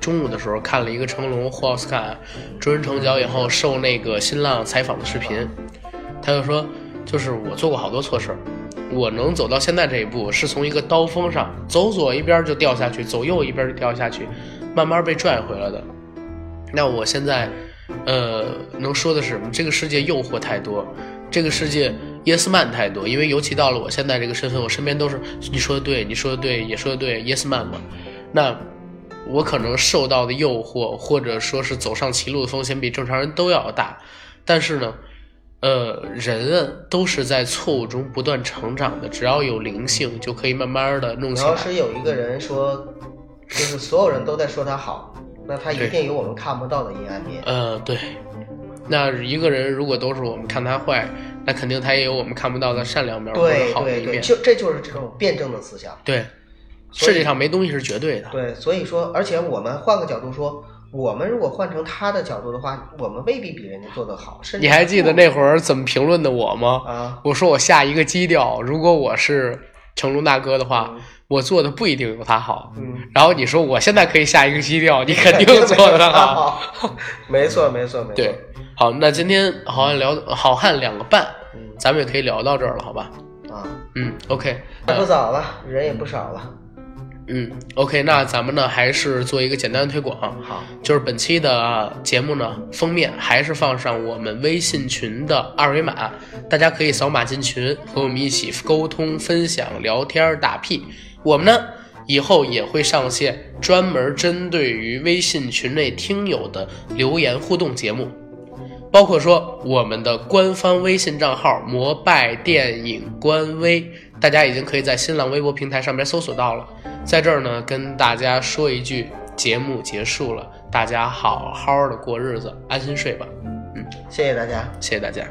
[SPEAKER 2] 中午的时候看了一个成龙获奥斯卡终身成就奖以后受那个新浪采访的视频，他就说，就是我做过好多错事儿，我能走到现在这一步，是从一个刀锋上走左一边儿就掉下去，走右一边儿就掉下去，慢慢被拽回来的。那我现在，呃，能说的是什么？这个世界诱惑太多，这个世界耶斯曼太多。因为尤其到了我现在这个身份，我身边都是你说的对，你说的对，也说的对，耶斯曼嘛。那我可能受到的诱惑，或者说是走上歧路的风险，比正常人都要大。但是呢，呃，人都是在错误中不断成长的，只要有灵性，就可以慢慢的弄起
[SPEAKER 3] 然
[SPEAKER 2] 来
[SPEAKER 3] 后。是有一个人说，就是所有人都在说他好，那他一
[SPEAKER 2] 对
[SPEAKER 3] 定有我们看不到的阴暗面。
[SPEAKER 2] 呃，对。那一个人如果都是我们看他坏，那肯定他也有我们看不到的善良面或
[SPEAKER 3] 对
[SPEAKER 2] 者呃好的
[SPEAKER 3] 对
[SPEAKER 2] 一
[SPEAKER 3] 对，
[SPEAKER 2] 面。
[SPEAKER 3] 就这就是这种辩证的思想。
[SPEAKER 2] 对，
[SPEAKER 3] 所以
[SPEAKER 2] 世界上没东西是绝对的。
[SPEAKER 3] 对，所以说，而且我们换个角度说，我们如果换成他的角度的话，我们未必比人家做得好，甚至
[SPEAKER 2] 你还记得那会儿怎么评论的我吗？
[SPEAKER 3] 啊？
[SPEAKER 2] 我说我下一个基调，如果我是成龙大哥的话，
[SPEAKER 3] 嗯
[SPEAKER 2] 我做的不一定有他好。
[SPEAKER 3] 嗯，
[SPEAKER 2] 然后你说我现在可以下一个基调， 你 肯定做的
[SPEAKER 3] 他
[SPEAKER 2] 好。
[SPEAKER 3] 好， 没错没错没错。
[SPEAKER 2] 对，好，那今天好像聊好汉两个半，
[SPEAKER 3] 嗯
[SPEAKER 2] 咱们也可以聊到这儿了，好吧？
[SPEAKER 3] 啊，
[SPEAKER 2] 嗯，OK，
[SPEAKER 3] 还不早了，人也不少了。
[SPEAKER 2] 嗯，OK，那咱们呢还是做一个简单的推广，啊
[SPEAKER 3] 好，
[SPEAKER 2] 就是本期的节目呢，封面还是放上我们微信群的二维码，大家可以扫码进群，和我们一起沟通、分享、聊天、打屁。我们呢以后也会上线专门针对于微信群内听友的留言互动节目，包括说我们的官方微信账号“摩拜电影官微”，大家已经可以在新浪微博平台上面搜索到了。在这儿呢，跟大家说一句，节目结束了，大家好好的过日子，安心睡吧。
[SPEAKER 3] 谢谢大家。
[SPEAKER 2] 谢谢大家。